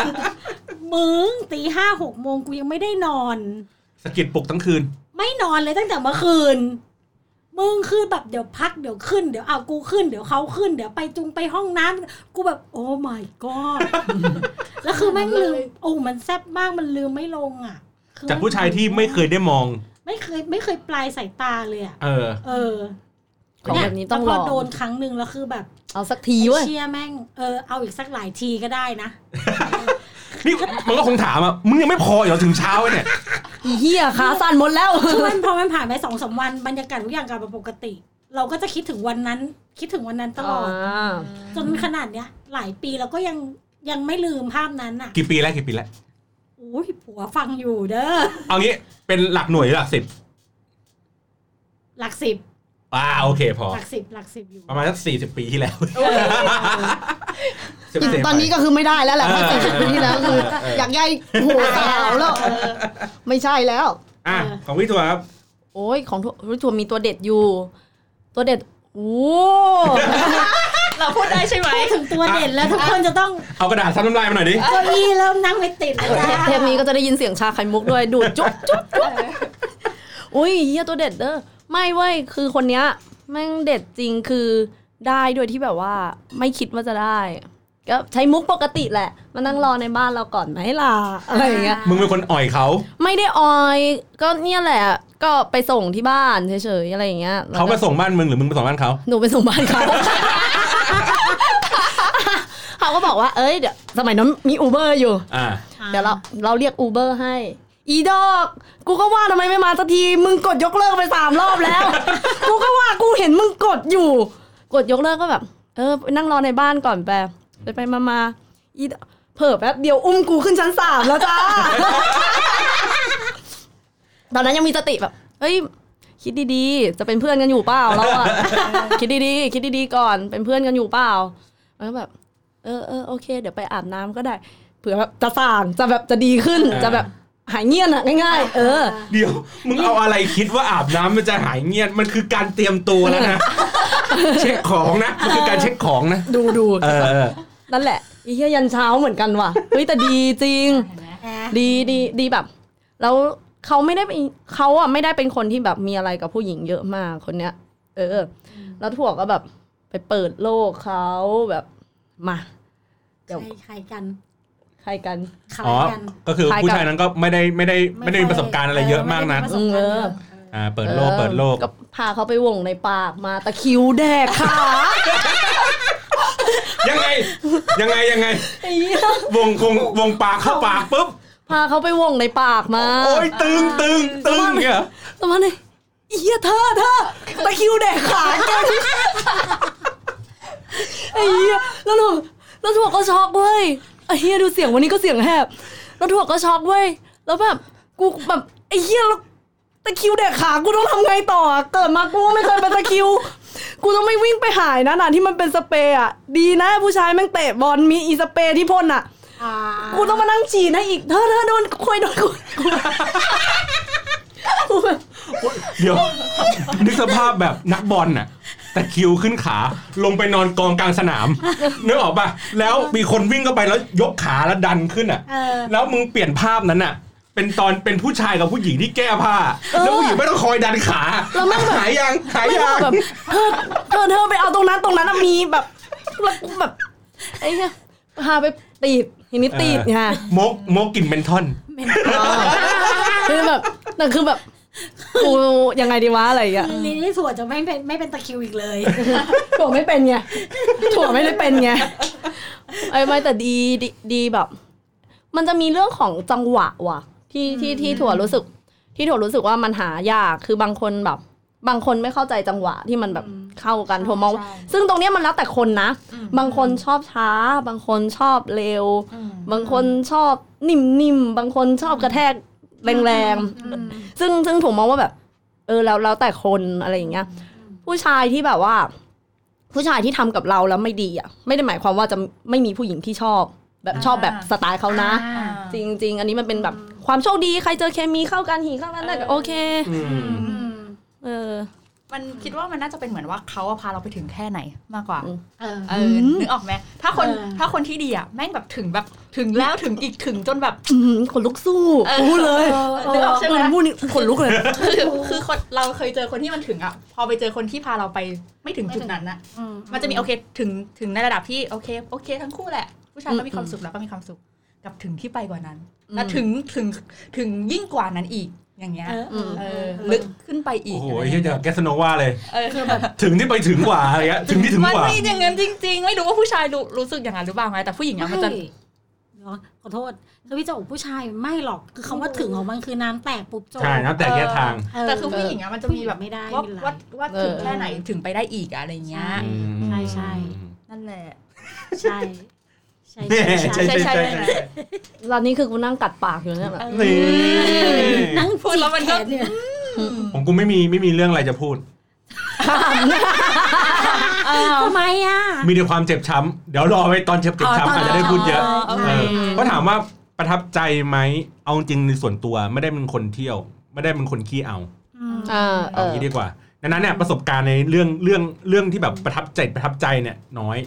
S3: มึงตีห้าหกโมงกูยังไม่ได้นอน
S1: สะกิดปลุกทั้งคืน
S3: ไม่นอนเลยตั้งแต่เมื่อคืน มึงคือแบบเดี๋ยวพักเดี๋ยวขึ้นเดี๋ยวเอากูขึ้นเดี๋ยวเขาขึ้นเดี๋ยวไปจุงไปห้องน้ำกูแบบ โอ้ my god [laughs] แล้วคือแม่ง
S2: [laughs]
S3: ลืมโอ้มันแซ่บมากมันลืมไม่ลงอ่ะคือ
S1: จากผู้ชายที่ไม่เคยได้มอง
S3: ไม่เคยไม่เคยปลายสายตาเลยอ่ะ
S1: เออ
S3: เออ
S2: ของแบบนี้ต้อง
S3: แล้
S2: ล
S3: วพอ
S2: อง
S3: โดนครั้งหนึ่งแล้วคือแบบ
S2: เอาสักทีเว้ย
S3: เชี่ยแม่งเออเอาอีกสักหลายทีก็ได้นะ
S1: นี่มันก็คงถามอ่ะมึงยังไม่พอเหรอถึงเช้าเนี่ย
S2: อีเหี้ยขาสั่นหมดแล้ว
S3: คือมันพอมันผ่านไปสองสามวันบรรยากาศทุกอย่างกลับมาปกติ เราก็จะคิดถึงวันนั้น คิดถึงวันนั้นตลอด จนขนาดเนี้ย หลายปีเราก็ยังยังไม่ลืมภาพนั้นอ่ะ
S1: กี่ปีแล้วกี่ปีแล้ว
S3: อุ้ยผัวฟังอยู่เด้อ
S1: เอางี้เป็นหลักหน่วยหรือหลักสิบ
S3: หลักสิบ
S1: อ่าโอเคพอ
S3: หลักสิบหลักสิบอยู่
S1: ประมาณสักสี่สิบปีที่แล้ว [laughs] เสพ
S5: อยู่
S1: เสพไป
S5: ตอนนี้ก็คือไม่ได้แล้วแหละ
S1: เออ
S5: ถ้าสี่สิบปีที่แล้วคือ
S1: เอออ
S5: อยากย้ายหัวสาวแล้ว ไม่ใช่แล้ว
S1: อ่ะของพี่ตัวครับ
S2: โอ้ยของถั่วถั่วมีตัวเด็ดอยู่ ตัวเด็ดโอ้
S4: เราพูดได้ใช่ไหม
S3: พูดถึงตัวเด่นแล้วทุกคนจะต้อง
S1: เอากระดาษซับน้ำลายมาหน่อยดิ
S3: เก้าอี้เริ่มนั่งไม่ติดแล้ว
S2: เทป
S3: จ้า
S2: เทปนี้ก็จะได้ยินเสียงชาไข่มุกด้วย ดูดจุ๊บจุ๊บจุ๊บอุ้ยเฮียตัวเด็ดเด้อไม่เว้ยคือคนเนี้ยแม่งเด็ดจริงคือได้โดยที่แบบว่า ไม่คิดว่าจะได้ ก็ใช้มุกปกติแหละ มานั่งรอในบ้านเราก่อนไหมล่ะอะไรอย่างเงี้ย
S1: มึงเป็นคนอ่อยเขา
S2: ไม่ได้ออยก็เนี่ยแหละ ก็ไปส่งที่บ้านเฉยๆอะไรอย่างเงี้ย
S1: เขามาส่งบ้านมึงหรือมึงไปส่งบ้านเขา
S2: หนูไปส่งบ้านเขา เขาก็บอกว่าเอ้ยเดี๋ยวสมัยนั้นมีอูเบอร์อยู่
S1: อ่า
S2: เดี๋ยวเราเราเรียกอูเบอร์ให้ อีดอก กูก็ว่าทำไมไม่มาสักที มึงกดยกเลิกไปสามรอบแล้ว กูก็ว่ากูเห็นมึงกดอยู่ กดยกเลิกก็แบบ เออไปนั่งรอในบ้านก่อนแปไปไปมามาอีดอกเผลอแป๊บเดียวอุ้มกูขึ้นชั้นสามแล้วจ้า ตอนนั้นยังมีสติแบบ เฮ้ย คิดดีๆ จะเป็นเพื่อนกันอยู่เปล่าเราอะ [laughs] คิดดีๆ คิดดีๆ ก่อน เป็นเพื่อนกันอยู่เปล่าแล้วก็แบบ เออเออโอเค เดี๋ยวไปอาบน้ำก็ได้ เผื่อแบบจะสางจะแบบจะดีขึ้น
S1: อ่า
S2: จะแบบหายเงียนอะง่าย ๆ เออ
S1: เดี๋ยว มึงเอาอะไรคิดว่าอาบน้ำมันจะหายเงียบมันคือการเตรียมตัวแล้ว
S5: [laughs]
S1: นะ เช็คของนะ มันคือการเช็คของนะ
S2: ดูดู
S1: เออเออ
S2: นั่นแหละอีเหี้ยยันเช้าเหมือนกันว่ะ เฮ้ยแต่ดีจริง
S3: แอะ
S2: ดีดีดีแบบ แล้วเขาไม่ได้เป็นเขาอ่ะไม่ได้เป็นคนที่แบบมีอะไรกับผู้หญิงเยอะมากคนเนี้ย เออ แล้วถั่วก็แบบไปเปิดโลกเขาแบบมา
S3: ใครใครกัน
S2: ใครกัน
S3: ใคร
S1: อ๋อ
S3: กัน
S1: ก็คือผู้ชายนั้นก็ไม่ได้ไม่ได้ไม่ได้มีประสบการณ์อะไรเยอะมากนัก
S3: ไได้ประสบการณ์เยอะ
S1: อ่าเปิดโลกเปิดโลก
S2: ก็พาเขาไปวงในปากมาตะคริวแดกค่ะ
S1: ยังไง ยังไงยังไง
S2: ไอ้เหี้ยว
S1: งคงวงปากเข้าปากปุ๊บ
S2: พาเขาไปวงในปากมา
S1: โอ้ยตึงตึงตึงเนี่ย
S2: แต่มันเนี่ยไอ้เหี้ยเธอเธอตะคริวแดกขาแกไอ้เหี้ยแล้วถั่วแล้วถั่วก็ช็อกเว้ยไอ้เหี้ยดูเสียงวันนี้ก็เสียงแหบแล้วถั่วก็ช็อกเว้ยแล้วแบบกูแบบไอ้เหี้ยแล้วตะคริวแดกขากูต้องทำไงต่ออะเกิดมากูก็ไม่เคยเป็นตะคริว กูต้องไม่วิ่งไปหายนะน่ะที่มันเป็นสเปรย์อ่ะดีนะผู้ชายแม่งเตะบอลมีอีสเปรย์ที่พ่นอ่ะ
S3: อ่า
S2: กูต้องมานั่งฉี่นะอีกเธอเธอโดนคุยโดนคุยกูแบบ
S1: เดี๋ยว นึกสภาพแบบนักบอลน่ะแต่คริวขึ้นขาลงไปนอนกองกลางสนามนึกออกป่ะแล้วมีคนวิ่งเข้าไปแล้วยกขาแล้วดันขึ้นอ่ะ
S3: เออ
S1: แล้วมึงเปลี่ยนภาพนั้นน่ะ เป็นตอนเป็นผู้ชายกับผู้หญิงที่แก้ผ้า แล้วผู้หญิงไม่ต้องคอยดันขาแล้วมันหายยังหาย
S2: ไม่
S1: ยั
S2: ว่าง แบบเธอเธอเธอไปเอาตรงนั้นตรงนั้นอะมีแบบแล้วกูแบบไอ้เหี้ยพาไปตีบทีนี้ตีบไง
S1: มกมกกลินเมนทอน
S2: คือแบบแต่คือแบบกูยังไงดีวะอะไรอย่างเงี้ย
S3: ลีนี่ถั่วจะไม่เป็นไม่เป็นตะคริวอีกเลย
S2: ถั่วไม่เป็นไงถั่วไม่ได้เป็นไงไอ้ไม่แต่ดีดีดีแบบ มันจะมีเรื่องของจังหวะว่ะ ที่ที่ที่ถั่วรู้สึก ที่ถั่วรู้สึกว่ามันหายากคือบางคนแบบ บางคนไม่เข้าใจจังหวะที่มันแบบเข้ากัน
S4: ใช่
S2: ถั่วมองว่า
S4: ใช่
S2: ซึ่งตรงเนี้ยมันแล้วแต่คนนะ
S4: อืม
S2: บางคนชอบช้า บางคนชอบเร็ว
S4: อืม
S2: บางคนชอบนิ่มๆบางคนชอบกระแทกแรงๆซึ่งซึ่งผมมองว่าแบบ เออแล้วแล้วแต่คนอะไรอย่างเงี้ย ผู้ชายที่แบบว่า ผู้ชายที่ทำกับเราแล้วไม่ดีอ่ะ ไม่ได้หมายความว่าจะไม่มีผู้หญิงที่ชอบ แบบชอบแบบ
S4: อ่า
S2: สไตล์เขานะ
S4: อ่า
S2: จริง ๆ อันนี้มันเป็นแบบความโชคดีใครเจอเคมีเข้ากันหีเข้ากันได้ก็
S4: เออ
S2: โอเค
S3: อืม
S2: เออ
S4: มันคิดว่ามันน่าจะเป็นเหมือนว่าเขาอะพาเราไปถึงแค่ไหนมากกว่า
S2: อืม
S3: เออ
S4: เออ นึกออกไหมถ้าคน
S3: เออ
S4: ถ้าคนที่ดีอะแม่งแบบถึงแบบ ถึงแล้วถึงอีกถึงจนแบบ [laughs]
S2: อื้อหือขนลุกสู้
S4: เออ
S2: พูดเลย
S3: เออเอ
S4: นึก
S3: อ
S4: ออกใช่ไหม
S2: พูดนี่ขนลุกเลย
S4: คือคือคนเราเคยเจอคนที่มันถึงอ่ะ พอไปเจอคนที่พาเราไปไม่ถึงจุดนั้นนะมันจะมีโอเคถึงถึงในระดับที่โอเคโอเค ทั้งคู่แหละ ผู้ชายก็มีความสุขแล้วก็มีความสุขกับถึงที่ไปกว่านั้น
S2: อืม
S4: แล้วถึงถึงถึงยิ่งกว่านั้นอีกอย่างเงี้ย
S3: เออเออ
S4: เอ
S3: เอ
S4: อ
S3: อ
S4: ลึกขึ้นไปอี
S1: โอ้
S4: ก
S1: โห
S4: อะไร
S1: เฮีย
S4: เงี้ย
S1: จะแกสโนว่าเลย
S4: เออ
S3: คือแบบ
S1: ถึงที่ไปถึงกว่าอะไรเงี้ยถึงที่ถึง
S4: มัน
S1: กว่า
S4: ไม่อย่างนั้นจริง ๆ ไม่รู้ว่าผู้ชายรู้รู้สึกอย่างนั้นหรือเปล่าไงแต่ผู้หญิงอะมันจะ
S3: ไม่เนาะขอโทษคือพี่จะบอกผู้ชายไม่หรอกคือคำว่าถึงของมันคือน้ำแตกปุ๊บจบ
S1: ใช่นะแต่แยกทาง
S3: เออ
S4: แต่คือผู้หญิงอะมันจะมีแบบ
S3: ผู้หญิงไม่ได้
S4: ว่า
S3: ไม่เป็นไร
S4: ว่าว่า
S2: เออ
S4: ถึงแค่ไหนถึงไปได้อีกอะอะไรเงี้ย
S3: ใช่ใช่
S4: นั่นแหละ
S3: ใช่ใช่
S1: [laughs] เนี่ย
S3: ใช่
S1: ใช่
S3: ใช่
S1: ใช่ใช่
S4: ใช่
S1: ใช่
S2: ตอนนี้คือกูนั่งกัดปากอยู่เนี่ยแบบ
S1: นี่
S3: นั่ง
S4: พูดแล้วมันก็
S3: จิกขเนี่ย
S1: ผมกูไม่มีไม่มีเรื่องอะไรจะพูด
S3: ทำไมอ่ะ
S1: มีแต่ความเจ็บช้ำ เดี๋ยวรอไว้ตอนเจ็บเจ็บ
S3: อ๋อ
S1: ช้ำ
S3: ตอน
S1: อาจจะได้พูดเยอะ
S4: โอ
S1: เอ
S4: เค
S1: อเพราะถามว่าประทับใจไหมเอาจริงในส่วนตัวไม่ได้เป็นคนเที่ยว ไม่ได้เป็นคนขี้เอา
S2: อ่าเอ
S1: เอา
S2: อ
S1: งี้ดีกว่าดังนั้นเนี่ยประสบการณ์ในเรื่องเรื่องเรื่องที่แบบประทับใจประทับใจเนี่ยน้อย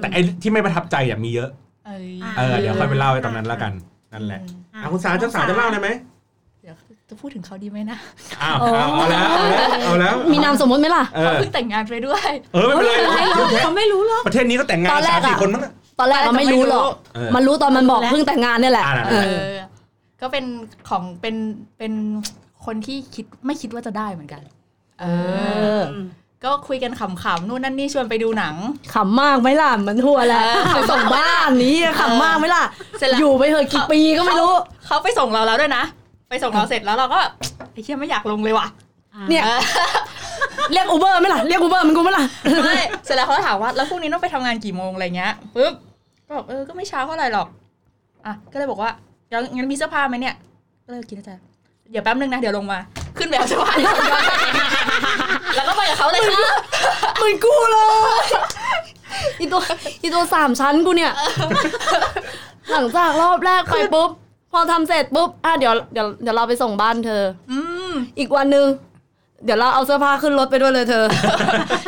S1: แต่ไอ้ที่ไม่ประทับใจอ่ะมีเยอะ
S4: เอ้ย
S1: เออเดี๋ยวค่อยไปเล่าไอ้ตอนนั้นแล้วกันนั่นแหละอ่ะคุณสาเจ้าสาวจะเล่าเลยไหม
S4: เดี๋ยวจะพูดถึงเขาดีไหมนะ
S1: อ้าวเอาเอาแล้วเอาแล้วเอาแล้ว
S2: มีนามสมมติไหมล่ะ
S1: เอ
S4: เขา
S1: อ
S4: เพิ่งแต่งงานไปด้วย
S1: เออไม่เป็นไร
S3: เขาไม่รู้หรอก
S1: ประเทศนี้ก็แต่งงาน
S2: ตอนแร
S1: สาก ม
S2: อะ
S1: สี่คนมั้งอะ
S2: ตอนแรกเราไม่รู้หรอก
S1: เออ
S2: มันรู้ตอนมันบอกเพิ่งแต่งงานเนี่ยแหละ
S1: อ่านั่น
S2: เอ
S1: แหละ
S4: เอ
S2: อ
S4: อ ก็เป็นของเป็นเป็นคนที่คิดไม่คิดว่าจะได้เหมือนกัน เออ ก็คุยกันขำๆนู่นนั่นนี่ชวนไปดูหนัง
S2: ขำมากไหมล่ะมันทั่วแล้วไปส่งบ้านนี้ขำมากไหมล่ะ
S4: เสร็จแล้ว
S2: อยู่ไปเถอะกี่ปีก็ไม่รู้
S4: เขาไปส่งเราแล้วด้วยนะ ไปส่งเราเสร็จแล้วเราก็แบบไอ้เชี่ยไม่อยากลงเลยว่ะ
S2: เนี่ย เรียกอูเบอร์ไหมล่ะ เรียกอูเบอร์มันกูไหมล่ะ [laughs]
S4: ไม่เสร็จแล้วเขาก็ถามว่า แล้วพรุ่งนี้ต้องไปทำงานกี่โมงอะไรเงี้ยปุ๊บก็บอกเออก็ไม่เช้าเท่าไหร่หรอก อ่ะก็เลยบอกว่ายังงั้นมีเสื้อผ้าไหมเนี่ยก็เลยกินนะจ๊ะเดี๋ยวแป๊บนึงนะเดี๋ยวลงมา ขึ้นไปเอาเสื้อผ้า [laughs] แล้วก็ไปกับเขาเลยค่ะ
S2: เหมือนกูเลยอีตัวอีตัวสามชั้นกูเนี่ย หลังจากรอบแรกไปปุ๊บ พอทำเสร็จปุ๊บอ่ะเดี๋ยวเดี๋ยวเดี๋ยวเราไปส่งบ้านเธอ
S4: อืม
S2: อีกวันหนึ่งเดี๋ยวเราเอาเสื้อผ้าขึ้นรถไปด้วยเลยเธอ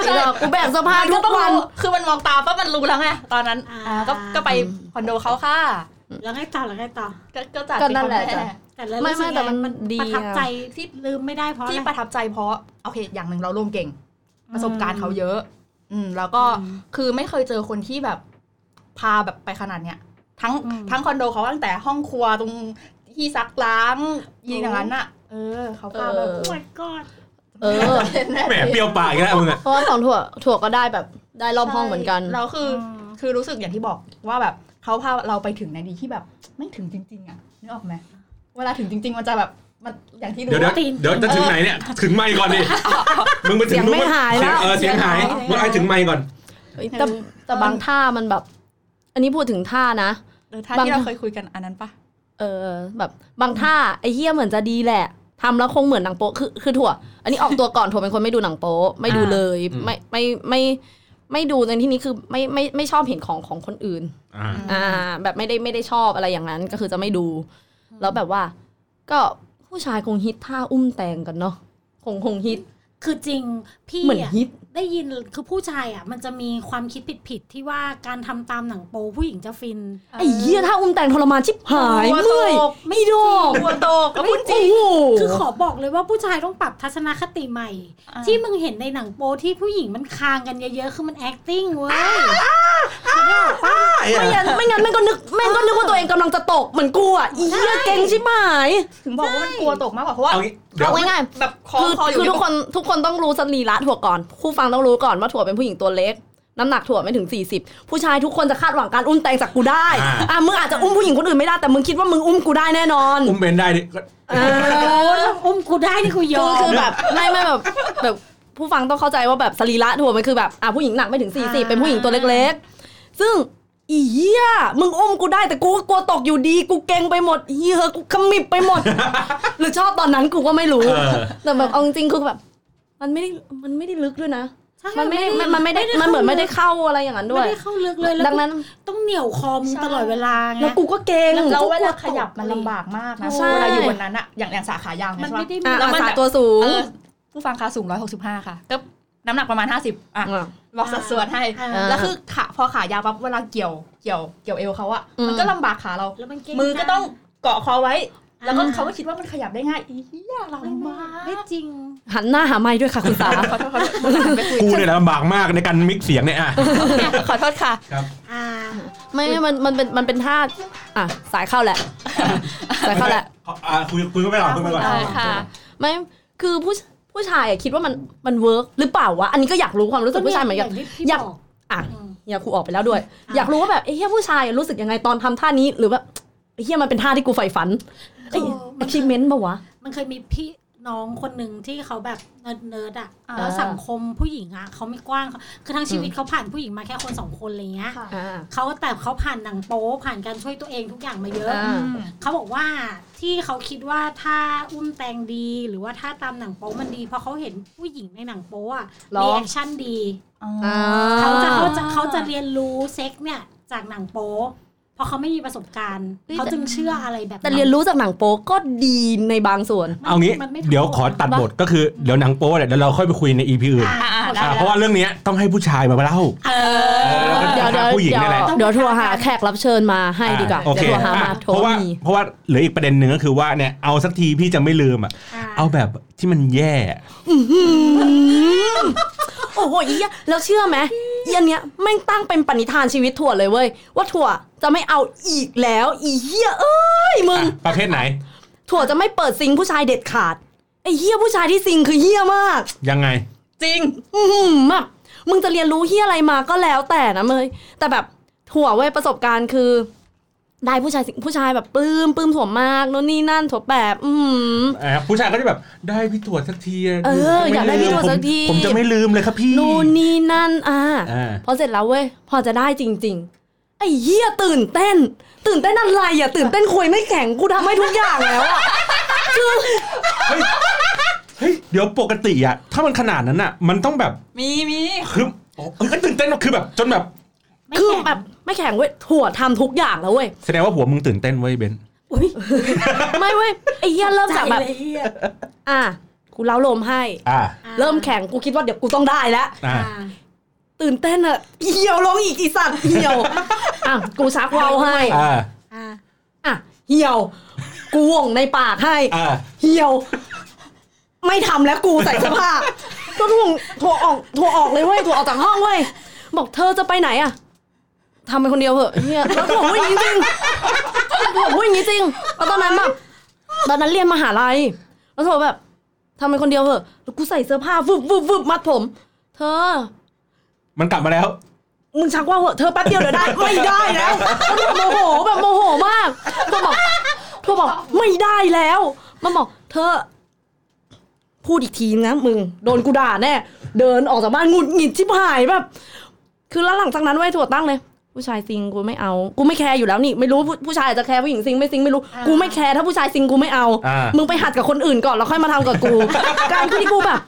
S4: ใช่
S2: เดี๋ยวเรากูแบกเสื้อผ้าทุกวัน
S4: มัก็ต้องรู้คือมันมองตาปั๊บมันรู้แล้วไงตอนนั้น
S3: อ่า
S4: อ่าก็ก็ไปคอนโดเขาค่ะ
S3: แล้วไงต่อแล้วไงต่อ
S4: ก็ก็จัด
S2: ก็นั่นแหละ
S4: เป็ค
S2: จ้ะ
S4: รก
S3: แต่แล้ว
S2: ไม่ไม่แต่มัน
S3: มัน
S2: ดี
S3: ประทับ
S2: อะ
S3: ใจที่ลืมไม่ได้เพราะอะ
S4: ที่
S3: ไร
S4: ประทับใจเพราะโอเคอย่างหนึ่งเราร่วมเก่ง ประสบการณ์เขาเยอะ อืม แล้วก็
S3: อืม
S4: คือไม่เคยเจอคนที่แบบพาแบบไปขนาดเนี้ย ทั้ง
S3: อืม
S4: ทั้งคอนโดเขาตั้งแต่ห้องครัวตรงที่ซักล้างยีอย่างนั้นอะเ เออ เขาพามา
S2: เออ
S3: โอ้ยกอด
S5: เออ
S1: แหมเปรี้ยวปากอีกแล้วมึงอะ
S5: เพราะว่าของถั่วถั่วก็ได้แบบได้รอบห้องเหมือนกัน
S4: เราคืออคือรู้สึกอย่างที่บอกว่าแบบเขาพาเราไปถึงในดีที่แบบไม่ถึงจริง ๆอ่ะนึกออกไหมเวลาถึงจริง ๆ มันจะแบบมันอย่างที่รู้
S1: เดี๋ยวเดี๋ยว
S4: ว่า
S1: เดี๋ยวจะถึงไหนเนี่ย ถึงไม่ก่อนดิมึงไปถึ
S2: เสี
S1: ง
S2: ยง
S1: นู้น
S2: ไม่หายแล้ว
S1: เออเสียงหาย
S4: เสียงหาย
S1: มึงเอาให้ถึงไม่ก่อน
S5: เอ้ยแต่แต่บางท่ามันแบบ อันนี้พูดถึงท่านะ
S4: เออท่า
S5: บาง
S4: ที่เราเคยคุยกันอันนั้นปะ
S5: เออ
S2: แบบบางท่าไอ้เฮี้ยเหมือนจะดีแหละทำแล้วคงเหมือนหนังโป๊ะคือคือถั่ว อันนี้ออกตัวก่อนถั่วเป็นคนไม่ดูหนังโป๊ะไม่ดูเลย
S1: อืม
S2: ไม่ไม่ไม่ไม่ดูในที่นี้คือไม่ไม่ไม่ชอบเห็นของของคนอื่น
S1: อ่า
S2: อ่าแบบไม่ได้ไม่ได้ชอบอะไรอย่างนั้นก็คือจะไม่ดู แล้วแบบว่า ก็ผู้ชายคงฮิตท่าอุ้มแตงกันเนาะคงคงฮิต
S3: คือจริงพี่
S2: เหมือน
S3: อะ
S2: ฮิต
S3: ได้ยินคือผู้ชายอ่ะ มันจะมีความคิดผิดๆที่ว่าการทำตามหนังโปผู้หญิงจะฟิน
S2: ไอ้เหี้ยท่าอุ้มแตงทรมานชิบหาย
S4: หัวโต
S2: เมื่อย
S4: ก
S2: ไม่โดน
S4: หัวโตกก็พูดจริ
S2: โอ้
S4: ง
S2: โห
S3: คือขอบอกเลยว่าผู้ชายต้องปรับทัศนคติใหม่
S4: อ่า
S3: ที่มึงเห็นในหนังโปที่ผู้หญิงมันคางกันเยอะๆ คือมัน acting เว้ย
S2: ไม่งั้นไม่งั้นแม่งก็นึกแม่งก็นึกว่าตัวเองกำลังจะตกเหมือนกูอ่ะอีเหี้ยเก่งชิบหาย
S4: ถึงบอกว่ามันกลัวตกมากกว่าเพราะว่า
S1: เอางี้เดี๋ยว
S2: เอาง่าย
S4: แบบคอ
S2: ๆคือ
S4: คออยู่
S2: คือทุกคนทุกคนต้องรู้สรีระถั่วก่อนผู้ฟังต้องรู้ก่อนว่าถั่วเป็นผู้หญิงตัวเล็ก น้ำหนักถั่วไม่ถึง 40 ผู้ชายทุกคนจะคาดหวังการอุ้มแตงจากกูได้อ่ะมึงอาจจะอุ้มผู้หญิงคนอื่นไม่ได้แต่มึงคิดว่ามึงอุ้มกูได้แน่นอน
S1: อุ้มเบนได้ดิ
S3: อุ้มกูได้นี่กูย
S2: คือ
S3: อม
S2: คือแบบไม่ไม่แบบแบบผู้ฟังต้องเข้าใจว่าแบบสรีระถั่วมันคือแบบอ่ะผู้หญิงหนักไม่ถึง 40 เป็นผู้หญิงตัวเล็กๆ ซึ่งอีเหี้ยมึงอุ้มกูได้แต่กูก็กลัวตกอยู่ดีกูเกรงไปหมดเหี้ยกูขมิบไปหมด หรือชอบตอนนั้นกูก็ไม่รู้
S1: เออ
S2: แต่แบบเอาจริงๆคือแบบ มันไม่ได้มันไม่ได้ลึกด้วยนะ มันไม่ได้มันมันไม่ได้มันเหมือนไม่ได้เข้าอะไรอย่างนั้นด้ว
S3: ไม่
S2: ย
S3: ได้เข้าลึกเลยแล้ว
S2: ดังนั้น
S3: ต้องเหนี่ยวคอมึงตลอดเวลาไง
S2: แล้วกูก็เกรง
S4: แล้วแล้วเวลา
S2: กูก
S4: ขยับมันลำบากมากนะ
S3: ใช่
S4: เวลาอยู่บนนั้นอะอย่างอย่างสาขายาวเนี่ย
S3: มัน
S4: ใช่
S3: ไม่ได้
S4: ปะ
S2: อ่ะ
S3: มี
S4: แล้วมัน
S2: สา
S4: แบบ
S2: ตัวสูง
S4: เออผู้ฟังคะสูง165 ค่ะก็น้ำหนักประมาณ 50อ่ะ
S2: อ่ะ
S4: บอกสัดส่วนให้
S3: อ่า
S2: เออ
S4: แล้วคือขาพอขายาวปั๊บเวลาเกี่ยวเกี่ยวเกี่ยวเอวเขาอะ
S2: อืม
S4: มันก็ลำบากขาเรา
S3: แล้วมันเ
S4: มือก็ต้องเกาะคอไว้ แล้วก็
S3: อ่า
S4: เขาก็คิดว่ามันขยับได้ง่ายอีเหี้ยเรา
S3: ลำ
S4: ลำ
S3: บา
S4: บาก ก
S3: ไม่จริง
S2: หันหน้าหาไม้ด้วยค่ะคุณสา
S4: ขอโทษขอ [laughs] โทษขอโทษไม่คุย
S1: กูเนี่ยลำบากมากในการมิกเสียงเนี่ยอ่ะ
S4: ขอโทษค่ะ
S3: อ่า
S2: ไม่ไม่มันมันเป็น มันเป็นท่า อ่ะ สายเข้าแหละ สายเข้าแหละ
S1: อ่ะคุยคุยกันไปก่อนคุยกันไปก่อน
S4: ได้ค่ะ
S2: ไม่ คือผู้ผู้ชายอะคิดว่ามัน มันเวิร์กหรือเปล่าวะ อันนี้ก็อยากรู้ความรู้สึกผู้ชายเหมือนกัน อยาก อ่ะเฮียครูออกไปแล้วด้วย อยากรู้ว่าแบบเอ้ยเฮียผู้ชายอะรู้สึกยังไงตอนทำท่านี้ หรือแบบเอ้ยเฮียมันเป็นท่าที่กูใฝ่ฝันเอ้ย
S3: เออมัน
S2: achievement ปะวะ
S3: มันเคยมีพี่น้องคนหนึ่งที่เขาแบบเนิร์ดๆอ่ะ
S4: อ่า
S3: แล้วสังคมผู้หญิงอ่ะเขาไม่กว้างคือทั้งชีวิตเขาผ่านผู้หญิงมาแค่คนสองคนอะไรเงี้ย
S4: ค่ะ
S2: อ่า
S3: เขาแต่เขาผ่านหนังโป๊ผ่านการช่วยตัวเองทุกอย่างมาเยอะ
S2: อ่า
S4: อืม
S3: เขาบอกว่าที่เขาคิดว่าถ้าอุ้มแตงดี หรือว่าถ้าตามหนังโป๊มันดี เพราะเขาเห็นผู้หญิงในหนังโป๊อะ
S2: ร้อง
S3: รีแอคชั่นดี
S2: อ่า
S3: เขาจะเขาจะ
S4: อ่า
S3: เขาจะเรียนรู้เซ็กเนี่ยจากหนังโป๊เพราะเขาไม่มีประสบการณ์ เขาจึงเชื่ออะไรแบบ
S2: แต่เรียนรู้จากหนังโป๊ก็ดีในบางส่วน
S3: มัน
S1: เอางี้
S3: มันไม่
S1: เดี๋ยวขอตัดบทก็คือเดี๋ยวหนังโป๊เนี่ยเดี๋ยวเราค่อยไปคุยในอีพีอื่น
S4: อ่าอ่าได้
S1: อ่ะ
S4: ได้
S1: เพราะว่าเรื่องเนี้ยต้องให้ผู้ชายมาเล่า
S3: เอ
S1: เออแล้ว
S3: อ
S1: ก็
S2: เดี๋ยวเดี๋ยว
S1: ผู้หญิง
S2: เดี๋
S1: นี่
S2: ยว
S1: แหละ
S2: เดี๋ยวโทัวหาแขกรับเชิญมาให้ดีกว่า
S1: อ่ะโอเค
S2: เดี๋ยวโทัวหา
S1: อ่ะ
S2: มาโทร
S1: เพราะว่า
S2: มี
S1: เพราะว่าเหลืออีกประเด็นหนึ่งก็คือว่าเนี่ยเอาสักทีพี่จะไม่ลืมอ่ะเอาแบบที่มันแย่
S2: โอ้โหอีอะแล้วเชื่อไหมอีอันเนี้ยแม่งตั้งเป็นปณิธานชีวิตถั่วเลยเว้ย ว่าถั่วจะไม่เอาอีกแล้ว อีเหี้ยเอ้ยมึง
S1: อ่ะประเภทไหน
S2: ถั่วจะไม่เปิดซิงผู้ชายเด็ดขาดไอ้เหี้ยผู้ชายที่ซิงคือเหี้ยมาก
S1: ยังไง
S4: จริง
S2: อืมแบบมึงจะเรียนรู้เฮียอะไรมาก็แล้วแต่นะเมยแต่แบบถั่วเว้ยประสบการณ์คือ ได้ผู้ชายสิผู้ชายแบบปลื้มปลื้มถั่วมากนู่นนี่นั่นถั่วแปบอืม
S1: อ่ะผู้ชายก็จะแบบได้พี่ตรวจสักทีะ
S2: เออ
S1: ม่
S2: อยากได้พี่ตรวจสักที
S1: ผมผมจะไม่ลืมเลยครับพี่
S2: นู่นนี่นั่นอ่า
S1: อ่า
S2: พอเสร็จแล้วเว้ย พอจะได้จริง ๆ ไอ้เหี้ยตื่นเต้น ตื่นเต้นอะไรอ่ะ ตื่นเต้นคุยไม่แข็งกูทำให้ทุกอย่างแล้วอ่ะคือ
S1: เฮ้ยเดี๋ยวปกติอะถ้ามันขนาดนั้นอะมันต้องแบบ
S4: มีมี
S1: คือโอ้เอ้ยตื่นเต้นอะคือแบบจนแบบ
S3: [laughs] ไม่
S2: คือ
S3: แข็ง
S2: แบบไม่แข็งเว้ยถั่วทำทุกอย่างแล้วเว้ย [laughs]
S1: แสดงว่าหัวมึงตื่นเต้นเว้ยเบน
S3: อุ้ย
S2: ไม่เว้ย ไอ้เหี้ยเริ่มจากแบบ
S3: ใจเลยเหี้ย
S2: อ่ะกูเล้าลมให้
S1: อ่า
S2: เริ่มแข็งกูคิดว่าเดี๋ยวกูต้องได้แล้ว
S1: อ่า
S3: อ่า
S2: ตื่นเต้นอ่ะเหี่ยวลงอีกอีสัตว์เหี่ยวอ่ะกูซักเวาวให้
S1: อ่า
S3: อ่า
S2: อ่ะเหี่ยว กูหว่งในปากให้
S1: อ่า
S2: เหี่ยว ไม่ทำแล้วกูใส่เสื้อผ้าก็ถ่วงถั่วออกถั่วออกเลยเว้ยถั่วออกจากห้องเว้ยบอกเธอจะไปไหนอะทำไปคนเดียวเหอะเฮียแล้วถั่วพูดอย่างนี้จริงถั่วพูดอย่างนี้จริงแล้วตอนนั้นแบบตอนนั้นเรียนมหาลัย แล้วเธอแบบทำเป็นคนเดียวเหอะแล้วกูใส่เสื้อผ้าฟึบฟึบฟึบมัดผม เธอ
S1: มันกลับมาแล้ว
S2: มึงชักว่าวเหอะเธอแป๊บเดียวเดี๋ยวได้ ไม่ได้แล้วแล้วเธอโมโหแบบโมโหมากเธอบอกเธอบอกไม่ได้แล้วมันบอก เธอ พูดอีกทีนะมึงโดนกูด่าแน่เดินออกจากบ้านหงุดหงิดชิบหายแบบ คือแล้วหลังจากนั้นไว้ยถั่วตั้งเลย ผู้ชายซิงกูไม่เอา กูไม่แคร์อยู่แล้วนี่ไม่รู้ผู้ผู้ชายอาจจะแคร์ผู้หญิงซิงไม่ซิงไม่รู้กูไม่แคร์ถ้าผู้ชายซิงกูไม่เอา
S1: อ่ามึ
S2: มึงไปหัดกับคนอื่นก่อนแล้วค่อยมาทำกับ
S1: [laughs]
S2: กู การที่กูแบบ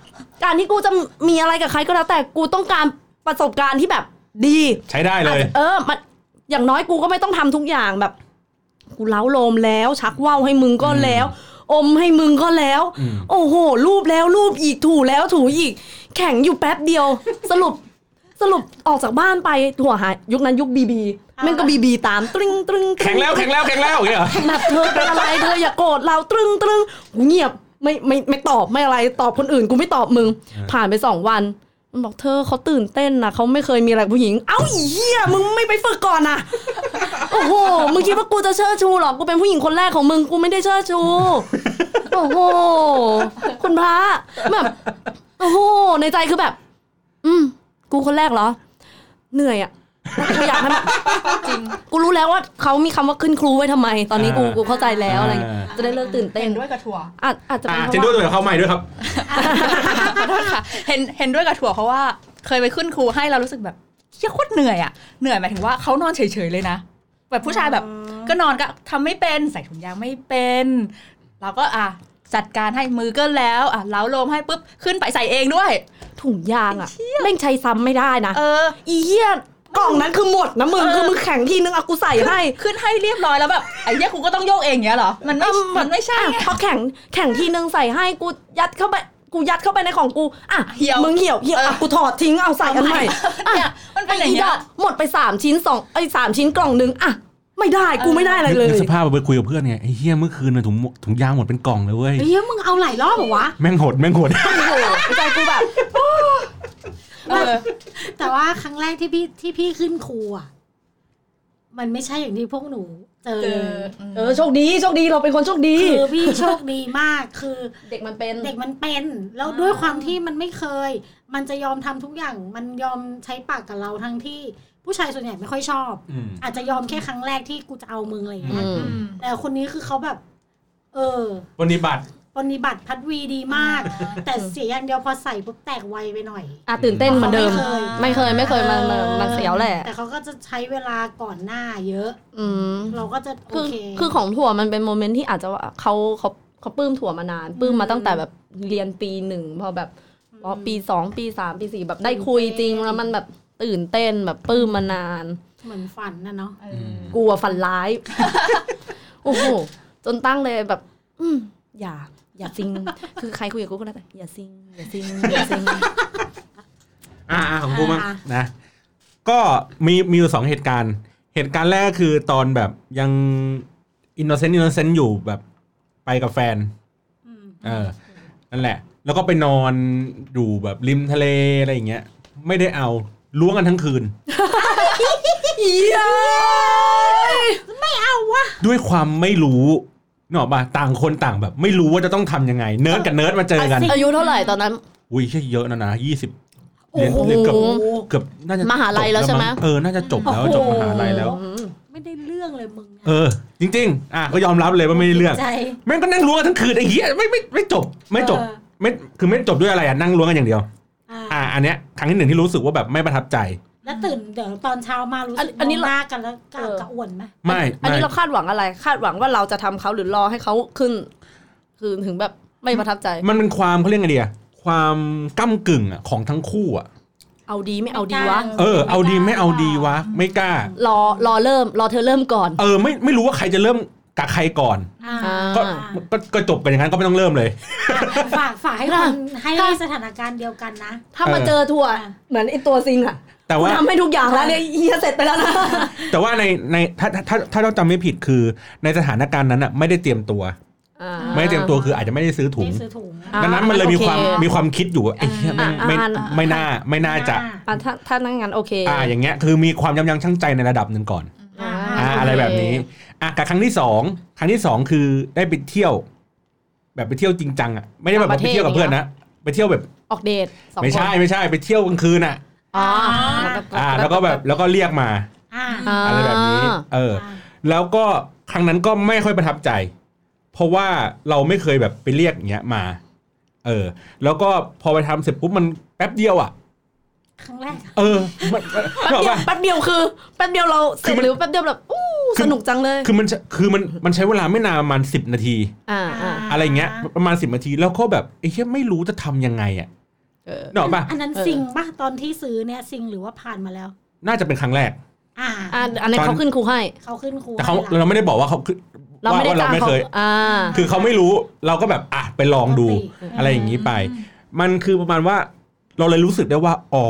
S2: การที่กูจะมีอะไรกับใครก็แล้วแต่กูต้องการประสบการณ์ที่แบบดี
S1: ใช้ได้เล
S2: อาจ
S1: ย
S2: จะเออมันอย่างน้อยกูก็ไม่ต้องทำทุกอย่างแบบ กูเล้าโลมแล้ว ชักว่าวให้มึงก็แล้ว อมให้มึงก็แล้ว
S1: อืม
S2: โอ้โห รูปแล้วรูปอีกถูแล้วถูอีก แข็งอยู่แป๊บเดียว สรุปสรุปออกจากบ้านไปถั่วหายยุคนั้นยุคบีบีแม่งก็บีบีตามตรึงตรึงตรึ
S1: แข็งแล้วแข็งแล้วแข็งแล้วอย่างเงี้ยเหรอ
S2: แบบเธอเป็นอะไรเธออย่าโกรธเราตรึงตรึงกูเงียบไม่ไม่ไม่ตอบไม่อะไรตอบคนอื่นกูไม่ตอบมึง ผ่านไปสองวัน มันบอกเธอเขาตื่นเต้นนะเขาไม่เคยมีอะไรกับผู้หญิง เอ้าอีเหี้ยมึงไม่ไปฝึกก่อนนะโอ้โหมึงคิดว่ากูจะเชิดชูเหรอกูเป็นผู้หญิงคนแรกของมึงกูไม่ได้เชิดชูโอ้โหคุณพระแบบโอ้โหในใจคือแบบ อืมกูคนแรกเหรอ เหนื่อยอะกูอยากให้มัน
S4: จริง
S2: กูรู้แล้วว่าเขามีคำว่าขึ้นครูไว้ทำไม ตอนนี้กูกูเข้าใจแล้วอะไรอย่างเงี้ย
S1: า
S2: จะได้เลิกตื่นเต้
S4: เห็
S2: น
S4: นด้วยกับถั่ว
S2: อาจอาจจะเป็
S1: อ่าน
S2: เพ
S1: เจน
S2: ราะ
S1: ด้วย
S2: ว่า
S1: ตัวเข้าใหม่ด้วยครับ
S4: ขอโทษค่ะเห็นเห็นด้วยกับถั่วเพราะว่าเคยไปขึ้นครูให้เรารู้สึกแบบเชี่ยโคตรเหนื่อยอ่ะเหนื่อยหมายถึงว่าเขานอนเฉยๆเลยนะแบบผู้ชายแบบ ก็นอนก็ทำไม่เป็นใส่ถุงยางไม่เป็น เราก็อ่ะจัดการให้มือก็แล้วอ่ะเล้าลมให้ปุ๊บขึ้นไปใส่เองด้วย
S2: ถุงยางอะแม่งใช้ซ้ำไม่ได้นะ
S4: เออ
S2: อีเหี้ยกล่องนั้นคือหมดนะมึง
S4: เออ
S2: คือมึงแข็งทีนึงอะกูใส่ให้
S4: ขึ้นให้เรียบร้อยแล้วแบบไอ้เนี้ยกูก็ต้องโยกเองเงี้ยเหรอมันไม่มันไม่ใช่
S2: อ่ะพอแข็งแข็งทีนึงใส่ให้กูยัดเข้าไปกูยัดเข้าไปในของกูอ่ะ
S4: เหี่ยว
S2: มึงเหี่ยวเหี่ยว
S4: เออ
S2: อ่ะกูถอดทิ้งเอาใส่อันใหม่
S4: เนี่ยมันเป็นอย่าง
S2: อี
S4: เงี้
S2: ด
S4: ย
S2: อกหมดไปสามชิ้นสองไอ้ยสามชิ้นกล่องนึงอ่ะไม่ได้กูไม่ได้อะไรเลย
S1: นึกสภาพไปคุยกับเพื่อนไงไอ้เฮียเมื่อคืนน่ะถุงถุงยางหมดเป็นกล่องเลยเว้ย
S3: เฮ้ยมึงเอาหลายรอบเหรอวะ
S1: แม่งโหดแม่งโหด
S2: โอ้โหใจกูแบบ
S4: เออ
S3: แต่ว่าครั้งแรกที่พี่ที่พี่ขึ้นครูอ่ะ มันไม่ใช่อย่างที่พวกหนูเจอ
S4: เอ
S3: เล
S4: อย
S2: เออโชคดีโชคดีเราเป็นคนโชคดี
S3: คือพี่โชคดีมากคือ
S2: เด็กมันเป็น
S3: เด็กมันเป็น แล้วด้วยความที่มันไม่เคย มันจะยอมทำทุกอย่าง มันยอมใช้ปากกับเราทั้งที่ผู้ชายส่วนใหญ่ไม่ค่อยชอบ อาจจะยอมแค่ครั้งแรกที่กูจะเอามึงอะไรอย่างเงี้ย
S1: อืม
S4: อืม
S3: แต่คนนี้คือเขาแบบ เออ
S1: วันนี้บัตร
S3: ปฏิบัติพัดวีดีมาก แต่เสียอย่างเดียวพอใส่ปุ๊บแตกไวไปหน่อย
S2: อ่ะตื่นเต้นเหมือนเดิม
S3: เขาไม่
S2: ไม่
S3: เค
S2: เค
S3: ย
S2: ยไม่เคยมันมันมันเสียวแหละ
S3: แต่เขาก็จะใช้เวลาก่อนหน้าเยอะ
S2: อืม
S3: เราก็จะโอ
S2: คือ
S3: เค
S2: คือของถั่วมันเป็นโมเมนต์ที่อาจจะว่าเขาเขาเขาปลื้มถั่วมานานปลื้มมาตั้งแต่แบบเรียนปีหนึ่งพอแบบพอปีสองปีสามปีสี่แบบได้คุยจริงแล้วมันแบบตื่นเต้นแบบปลื้มมานาน
S3: เหมือนฝันนะเนาะ
S2: กลัวฝันร้าย [laughs] โอ้โหจนตั้งเลยแบบ อืมอย่า อย่า [laughs] ซิง คือใครคุยกับกูก็ได้แต่อย่าซิง อย่าซิ [laughs] งอย่าซิง
S1: อ่าของกูมั้งนะ ก็มีมีอยู่สองเหตุการณ์ เหตุการณ์แรกคือตอนแบบยังอินโนเซนต์อินโนเซนต์อยู่แบบไปกับแฟน
S3: อืม
S1: เออ นั่นแหละ แล้วก็ไปนอนอยู่แบบริมทะเลอะไรอย่างเงี้ย ไม่ได้เอาล้วงกันทั้งคืน ด้วยความไม่รู้เนกอะป่ะต่างคนต่างแบบ ไม่รู้ว่าจะต้องทำยังไง เนิร์ดกับเนิร์ดมาเจอกัน
S2: อายุเท่าไหร่ตอนนั้น
S1: อุ้ยใช่เยอะนะนะยี่สิบ
S2: โอ้โห
S1: เรียนเกือบเกือบน่าจะ
S2: มหาลัยแล้วใช่ไหม
S1: จบงเออ น่าจะจบแล้วจบมหาลัยแล้ว
S2: อืม
S3: ไม่ได้เรื่องเลยมึงนะ
S1: เออ จริง ๆ อ่ะก็ยอมรับเลยว่าไม่ได้เรื่อง
S3: ใจ
S1: แม่งก็นั่งล้วงกันทั้งคืนไอ้เหี้ยไม่ไม่ไม่จบ ไม่จบ
S3: เออ
S1: ไม่คือไม่จบด้วยอะไรอ่ะนั่งล้วงกันอย่างเดียว
S3: อ่า
S1: อ่ะอันเนี้ยครั้งที่หนึ่งที่รู้สึกว่าแบบไม่ประทับใจ
S3: แล้วตื่นเดี๋ยวตอนเช้ามารู้สึก
S2: อันนี้
S3: มอง
S2: เรา
S3: หน้ากันแล้วกระ
S2: เออ
S3: กระอ่วนไหม
S1: ไม่
S2: อัน
S1: ไม่
S2: นี้เราคาดหวังอะไร คาดหวังว่าเราจะทำเขาหรือรอให้เขาขึ้น คือถึงแบบไม่ประทับใจ
S1: มันเป็นความเขาเรียกไงเดียความก้ากึ่งอ่ะของทั้งคู่อ่ะ
S2: เอาดีไม่เอาดีวะ
S1: เออเอาดีไม่เอาดีวะ ไม่กล้า
S2: รอรอเริ่ม รอเธอเริ่มก่อน
S1: เออไม่ไม่รู้ว่าใครจะเริ่มกับใครก่อน
S3: อ่า
S2: อ่า
S1: ก็ก็ก็จบกันอย่างนั้นก็ไม่ต้องเริ่มเลย
S3: ฝากฝากให้คนให้
S2: ค่ะ
S3: สถานการณ์เดียวกันนะ
S2: ถ้า
S1: เออ
S2: มาเจอถั่ว
S3: อ่ะ
S2: เหมือนไอตัวซิงอะ
S1: แต่
S2: กู
S1: ว่า
S2: ทำให้ทุกอย่างแล้วเนี่ยเฮียเสร็จไปแล้วนะ
S1: แต่ว่าในในถ้าถ้าถ้าถ้าเราจำไม่ผิดคือ ในสถานการณ์นั้นอ่ะไม่ได้เตรียมตัว ไม่ได้เตรียมตัวคืออาจจะไม่ได้ซื้อถุง
S3: ได้ซื้อถุง
S2: อ่า
S1: ดังนั้นมันเลยมีความ
S2: โอเค
S1: มีความคิดอยู่ว่าไอ้เหี้ยไม่
S2: อ่า
S1: ไม่
S2: อ่า
S1: ไม่น่าไม่น่าจะ
S2: อ่ะถ้าถ้านั่งงั้นโอเค
S1: อ่าอย่างเงี้ยคือมีความยำยั้งชั่งใจในระดับหนึ่งก่อน
S2: อ่า
S1: อ่า
S2: โเค
S1: อะไรแบบนี้อ่ะกับครั้งที่สองครั้งที่สองคือได้ไปเที่ยว แบบไปเที่ยวจริงจังอ่ะไม่ได้แบบ
S2: ต่างประ
S1: ไป
S2: เทศ
S1: เที่ยวกับเพื่อนนะไปเที่ยวแบบ
S2: ออกเดทสองคน
S1: ไม่ใช่ไม่ใช่ไปเที่ยวกลางคืนอ่ะ
S2: อ๋อ
S1: อ่า แล้วก็แบบแล้วก็เรียกมา
S3: อ่า
S2: า
S1: อะไรแบบนี้ เออ
S3: า
S1: แล้วก็ครั้งนั้นก็ไม่ค่อยประทับใจ เพราะว่าเราไม่เคยแบบไปเรียกอย่างเงี้ยมา เออ แล้วก็พอไปทำเสร็จปุ๊บมันแป๊บเดียวอ่ะ
S3: ครั้งแรกอะ
S1: เออมัน
S2: แป๊บ
S1: นึกออก
S2: เดียว
S1: ปะ
S2: แป๊บเดียวคือแป๊บเดียวเราเส
S1: คื
S2: ร็
S1: อ
S2: จ
S1: มัน
S2: หรือแป๊บเดียวแบบอู้สนุกจังเลย
S1: คือมันคือมันมันใช้เวลาไม่นานประมาณสิบนาที
S2: อ่าอ่า
S1: อะไรเงี้ย ประมาณสิบนาทีแล้วก็แบบไอ้เหี้ยไม่รู้จะทำยังไงอ่ะ
S2: เออ
S1: เนกอะปะ
S3: อันนั้น
S2: เออ
S3: ซิงป่ะตอนที่ซื้อเนี่ยซิงหรือว่าผ่านมาแล้ว
S1: น่าจะเป็นครั้งแรก
S3: อ่า
S2: อ่าอันนี้นเขาขึ้นครูให้
S3: เขาขึ้นครู
S1: แต่เขา
S3: ให้หลัง
S1: เราไม่ได้บอกว่าเขาคือ
S2: เรา
S1: ว่า
S2: ไม่ได้
S1: ว่าเรา
S2: จ้าง
S1: ไม่
S2: เขา
S1: เคย
S2: อ่า
S1: คือเขาไม่รู้เราก็แบบอ่ะไปลองดู
S3: ปกติ
S1: อะไรอย่างนี้ไป มันคือประมาณว่าเราเลยรู้สึกได้ว่า อ๋อ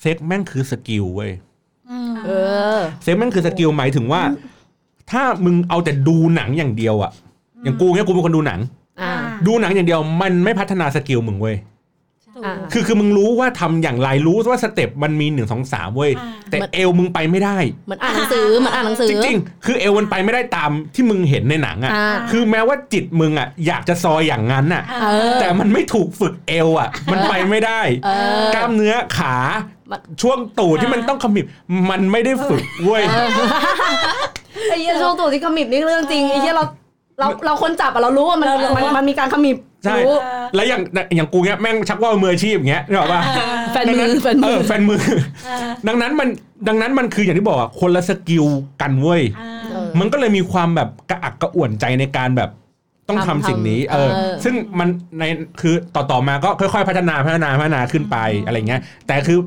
S1: เซ็กแม่งคือสกิลเว้ย
S3: อืม
S2: เออ
S1: เซ็กแม่งคือสกิลหมายถึงว่า ถ้ามึงเอาแต่ดูหนังอย่างเดียวอะอย่างกูเนี่ยกูเป็นคนดูหนัง
S2: อ่า
S1: ดูหนังอย่างเดียวมันไม่พัฒนาสกิลมึงเว้ย
S2: อ่า
S1: คือคือมึงรู้ว่าทำอย่างไรรู้ว่าสเต็ปมันมีหนึ่งสองสามเว้ย
S3: อ่า
S1: แต่เอวมึงไปไม่ได้
S2: เหมือนอ่านหนังสือเหมือนอ่านหนังสือ
S1: จริงๆ คือเอวมันไปไม่ได้ตามที่มึงเห็นในหนังอะ
S2: อ่า
S1: คือแม้ว่าจิตมึงอะอยากจะซอยอย่างนั้นอะ
S3: อ่า
S2: เออ
S1: แต่มันไม่ถูกฝึกเอวอะมันไปไม่ได้
S2: เออ
S1: กล้ามเนื้อขา
S2: มัน
S1: ช่วงตูดที่
S3: อ่ามั
S1: มันต้องขมิบมันไม่ได้ฝึกเว้ย
S2: ไอ้เหี้ยโชว์ตัวที่ขมิบนี่เรื่องจริงไอ้เหี้ยเราเราเราคนจับอะเรารู้ว่ามันมันมันมีการขมิบ
S1: ใช่
S2: รู้
S1: แล้วอย่างอย่างกูเนี้ยแม่งชักว่าวมืออาชีพอย่างเงี้ยนึกออกป่ะ
S2: แฟนมือแฟน
S1: เอ
S2: มื
S1: อ
S2: อ
S1: แฟนมือ
S3: อ่า
S1: ดังนั้นมันดังนั้นมันคืออย่างที่บอกอะคนละสกิลกันเว้ย
S3: อ่า
S2: เออ
S1: มันก็เลยมีความแบบกระอักกระอ่วนใจในการแบบต้องทำ
S2: ทำ
S1: สิ่งนี้ เออ
S2: เออ
S1: ซึ่งมันในคือต่อต่อมาก็ค่อยๆ พัฒนาพัฒนาพัฒนาขึ้นไปอะไรเงี้ย แต่คือ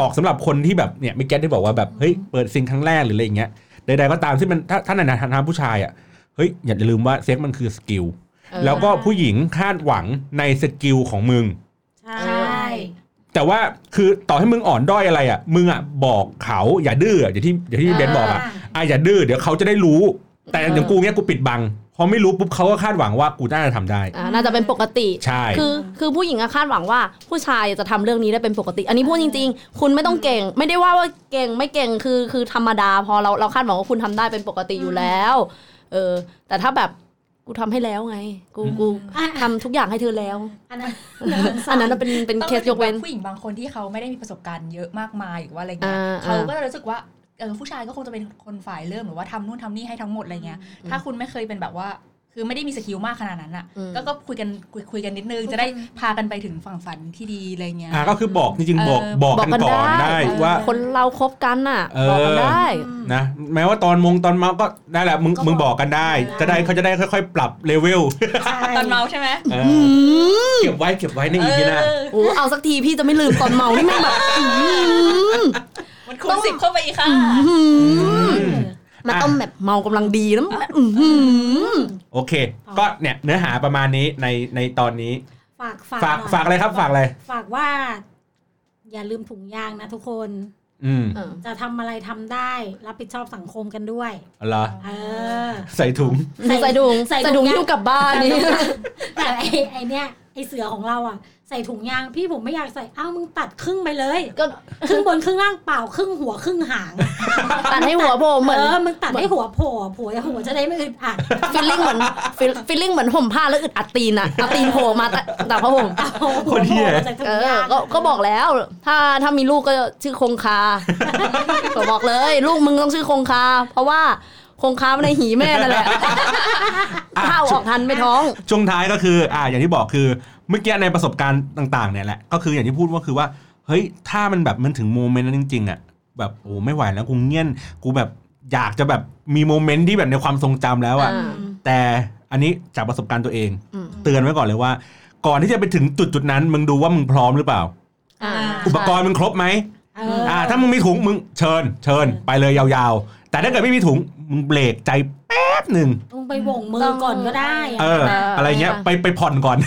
S1: บอกสำหรับคนที่แบบเนี่ยไม่แก้ที่บอกว่าแบบเฮ้ยเปิดซิงครั้งแรกหรืออะไรอย่างเงี้ยใดๆก็ตามที่มันถ้าถ้าในฐานะผู้ชายอ่ะเฮ้ยอย่าลืมว่าเซ็กมันคือสกิล
S2: เออ
S1: แล้วก็ผู้หญิงคาดหวังในสกิลของมึง
S3: ใช่
S2: ใช่
S1: แต่ว่าคือต่อให้มึงอ่อนด้อยอะไรอ่ะมึงอ่ะบอกเขาอย่าดื้ออะอย่างที่อย่างที่เบนบอกอ่ะ อ่ะอย่าดื้อเดี๋ยวเขาจะได้รู้ แต่อย่างกูเนี้ยกูปิดบังพอไม่รู้ปุ๊บเขาก็คาดหวังว่ากูน่าจะทำได้
S2: อ่าน่าจะเป็นปกติ
S1: ใช่
S2: คือคือผู้หญิงอะคาดหวังว่าผู้ชายจะทำเรื่องนี้ได้เป็นปกติ อันนี้พูดจริง ๆ คุณไม่ต้องเก่ง ไม่ได้ว่าว่าเก่งไม่เก่งคือคือธรรมดา พอเราเราคาดหวังว่าคุณทำได้เป็นปกติอยู่แล้ว เออ แต่ถ้าแบบกูทำให้แล้วไง กูกู
S3: อ่า
S2: ทำทุกอย่างให้เธอแล้ว
S3: อันนั้น
S2: อันนั้นนะเป็นเป็น
S4: ต้อง
S2: เคสยกเว้น
S4: แบบผู้หญิงบางคนที่เขาไม่ได้มีประสบการณ์เยอะมากมายหรือว่าอะไรเงี้ย
S2: อ่า
S4: เขาก็จะรู้สึกว่าเออผู้ชายก็คงจะเป็นคนฝ่ายเริ่มหรือว่าทำนู่นทำนี่ให้ทั้งหมดอะไรเงี้ยถ้าคุณไม่เคยเป็นแบบว่า คือไม่ได้มีสกิลมากขนาดนั้นอ่ะ
S2: อืม
S4: ก็ก็คุยกันคุยคุยกันนิดนึงจะได้พากันไปถึงฝั่งฝันที่ดีอะไรเงี้ย
S1: อ่ะก็คือบอกจริง
S4: เออ
S1: ๆบอกบอกกันก่อนได้
S4: เออ
S1: ว่า
S2: คนเราคบกันน่ะ
S1: เออ
S2: บอกกันได้
S1: นะแม้ว่าตอนมงตอนเมาก็ได้แหละมึง
S3: ก็
S1: มึง
S3: บอก
S1: บอกกันได้จะ
S3: ได้
S1: ได้เขาจะได้ค่อยๆ ปรับเลเวล
S3: ใช่
S4: ตอนเมาใช่ไหม
S1: เออเก็บไว้เก็บไว้ในอีพีหน้า
S4: เออ
S2: โอ้เอาสักทีพี่จะไม่ลืมตอนเมานี่แม่งแบบอื้อหือ
S4: มันคูณสิบเข้าไปอีกค่ะ
S2: อื้อหื
S1: ม
S2: อมัน
S1: อ่ะ
S2: ต้องแบบเมากำลังดีแล้วมันอื้อหือ
S1: โอเค ก็เนี่ยเนื้อหาประมาณนี้ในในตอนนี้
S3: ฝากฝาก
S1: ฝาก
S3: หน่ย
S1: ฝากอะไรครับฝากอะไร
S3: ฝากว่า อย่าลืมถุงยางนะทุกคน
S1: อืม
S3: จะทำอะไรทำได้ รับผิดชอบสังคมกันด้วย
S1: เหรอ
S3: เออ
S1: ใส่ถุง
S3: ใส่
S2: ใส่ถุง
S3: ใส่
S2: ใส่
S3: ถุง
S2: ถุง
S3: ยาง
S2: ยิ้วกลับบ้านนี่
S3: แต่ไอ้ไอ้เนี่ยไอ้เสือของเราอ่ะ ใส่ถุงยางพี่ผมไม่อยากใส่อ้าวมึงตัดครึ่งไปเลย
S2: ก็
S3: ครึ่งบนครึ่งล่างเปล่าครึ่งหัวครึ่งหาง
S2: ตัดให้หัวโผล่เหมือน
S3: เออมึงตัดให้หัวโผล่หัวหัวจะได้ไม่อึดอัด
S2: ฟีลลิ่งเหมือนฟีลลิ่งเหมือนห่มผ้าแล้วอึดอัดตีนอะอัดตีนโผล่มาแต่แต่ผ้าห่ม
S3: เอาหัวโผ
S1: คนเหี้
S3: ล่
S1: ย
S3: จากถุ
S2: เอง อย
S3: าง
S2: ก็ก็บอกแล้ว ถ้าถ้ามีลูกก็ชื่อคงคา [laughs] ก็บอกเลย ลูกมึงต้องชื่อคงคา เพราะว่าคงคามันในหีแม่นั่นแหละข้าวออกทันไม่ท้อง
S1: ช่วงท้ายก็คืออ่าอย่างที่บอกคือเมื่อกี้ในประสบการณ์ต่างๆเนี่ยแหละก็คืออย่างที่พูดว่าคือว่าเฮ้ยถ้ามันแบบมันถึงโมเมนต์นั้นจริงๆอ่ะแบบโอ้ไม่ไหวแล้วกูเงี้ยนกูแบบอยากจะแบบมีโมเมนต์ที่แบบในความทรงจำแล้วอ่ะ
S2: อ่า
S1: แต่อันนี้จากประสบการณ์ตัวเอง
S2: อืม
S1: เตือนไว้ก่อนเลยว่า ก่อนที่จะไปถึงจุดจุดๆนั้น มึงดูว่ามึงพร้อมหรือเปล่า
S2: อ่า
S1: อุปกรณ์มึงครบไหม
S3: เอออ
S1: อ่าถ้ามึงมีถุงมึงเชิญ เชิญไปเลยยาวๆ แต่ถ้าเกิดไม่มีถุงมึงเบรกใจแป๊บหนึ่ง
S3: มึงไปโหวงมือก่อนก็ได้
S1: เออ อะไรเงี้ยไปไปผ่อนก่อน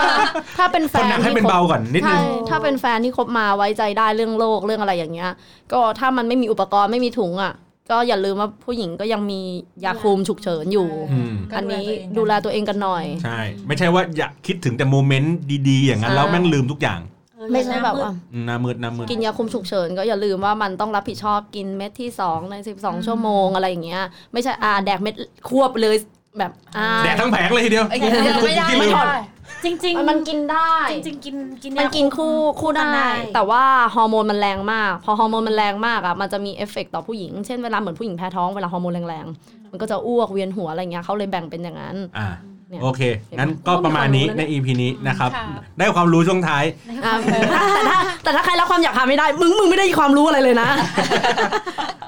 S2: [laughs] ถ้าเป็นแฟ
S1: ผ่อน
S2: น
S1: หนักให้
S2: ที่
S1: เป็น
S2: คบ
S1: เบาก่อนนิดนึ
S2: ใช่
S1: ง
S2: ถ้าเป็นแฟนที่คบมาไว้ใจได้เรื่องโลกเรื่องอะไรอย่างเงี้ย ก็ถ้ามันไม่มีอุปกรณ์ไม่มีถุงอ่ะ ก็อย่าลืมว่าผู้หญิงก็ยังมียาคุมฉุกเฉินอยู่
S1: อืม
S4: ก็
S2: อันนี้
S4: ตัวเง
S2: ดูแลตัวเองกันหน่อย
S1: ใช่ ไม่ใช่ว่าอยากคิดถึงแต่โมเมนต์ดีๆ อย่างนั้น
S2: ใช่
S1: แล้วแม่งลืมทุกอย่าง
S3: เออ
S2: ไม่ใช่แบบว่า
S1: อืมหน้ามืดหน้ามืด
S2: กินยาคุมฉุกเฉินก็อย่าลืมว่ามันต้องรับผิดชอบกินเม็ดที่ 2 ใน 12 ชั่วโมงอะไรอย่างเงี้ย ไม่ใช่อ่าแดกเม็ดควบเลย แบบอ่า
S1: แดดทั้งแผงเลยทีเดียว
S4: ไอ้เงี้ยไม่ได้ไม่ได้
S3: จริงจริง
S2: มันกินได้
S3: จริงๆกินกิน
S2: มันกิน
S3: ยา
S2: คู่คู่
S3: กัน
S2: ได้ แต่ว่าฮอร์โมนมันแรงมาก พอฮอร์โมนมันแรงมากอ่ะ มันจะมีเอฟเฟกต์ต่อผู้หญิง เช่นเวลาเหมือนผู้หญิงแพ้ท้อง เวลาฮอร์โมนแรงๆ มันก็จะอ้วกเวียนหัวอะไรเงี้ยเขาเลยแบ่งเป็นอย่างนั้น
S1: อ่า
S2: เนี่ย
S1: โอเค งั้นก็ประมาณนี้ใน EP นี้นะครับ
S4: ค่ะ
S1: ได้ความรู้ช่วงท้าย
S2: อ่ะแต่ถ้าแต่ถ้าใครรับความอยากหาไม่ได้ มึงมึงไม่ได้ความรู้อะไรเลยนะ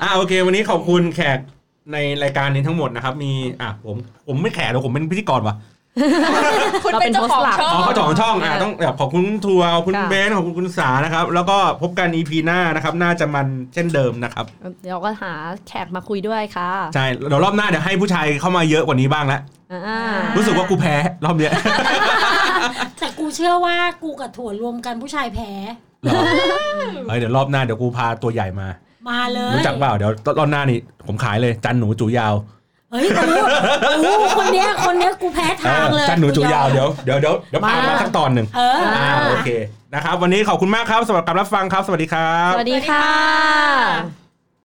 S1: อ่าโอเค วันนี้ขอบคุณแขกในรายการนี้ทั้งหมดนะครับ มี อ่ะผมผมไม่แขกหรอกผมเป็นพิธีกรว่ะ
S4: คุณเป็นเจ้าของช่อ
S1: อ๋อง เขาจองช่อง อ่ะต้องแบบขอบคุณคุณทัวร์ขอบคุณ
S2: ค่ะ
S1: เบนซ์ขอบคุณคุณสานะครับ แล้วก็พบกัน EP หน้านะครับ น่าจะมันเช่นเดิมนะครับ
S2: เดี๋ยวก็หาแขกมาคุยด้วยค่ะ
S1: ใช่ เดี๋ยวรอบหน้าเดี๋ยวให้ผู้ชายเข้ามาเยอะกว่านี้บ้างละ
S2: อ่า
S4: อ่ารู้
S1: รู้สึกว่ากูแพ้รอบเนี้ย
S3: แต่กูเชื่อว่ากูกับถั่วรวมกันผู้ชายแพ้
S1: เหรอเฮ้ยเดี๋ยวรอบหน้าเดี๋ยวกูพาตัวใหญ่มา
S3: มาเลย
S1: รู้จักเปล่า เดี๋ยวรอบหน้านี่ผมขายเลยจันหนูจูยาว
S3: เฮ้ยกูกูคนเนี้ยคนเนี้ยกูแพ้ทางเลย
S1: จันหนูจูยาวเดี๋ยวเดี๋ยวเดี๋ยวเดี๋ยวพามา
S2: มา
S1: สักตอนหนึ่ง
S3: เอออ
S1: อ่าโอเคนะครับ วันนี้ขอบคุณมากครับสำหรับการรับฟังครับ สวัสดีครับ
S2: สวัสดีค่ะ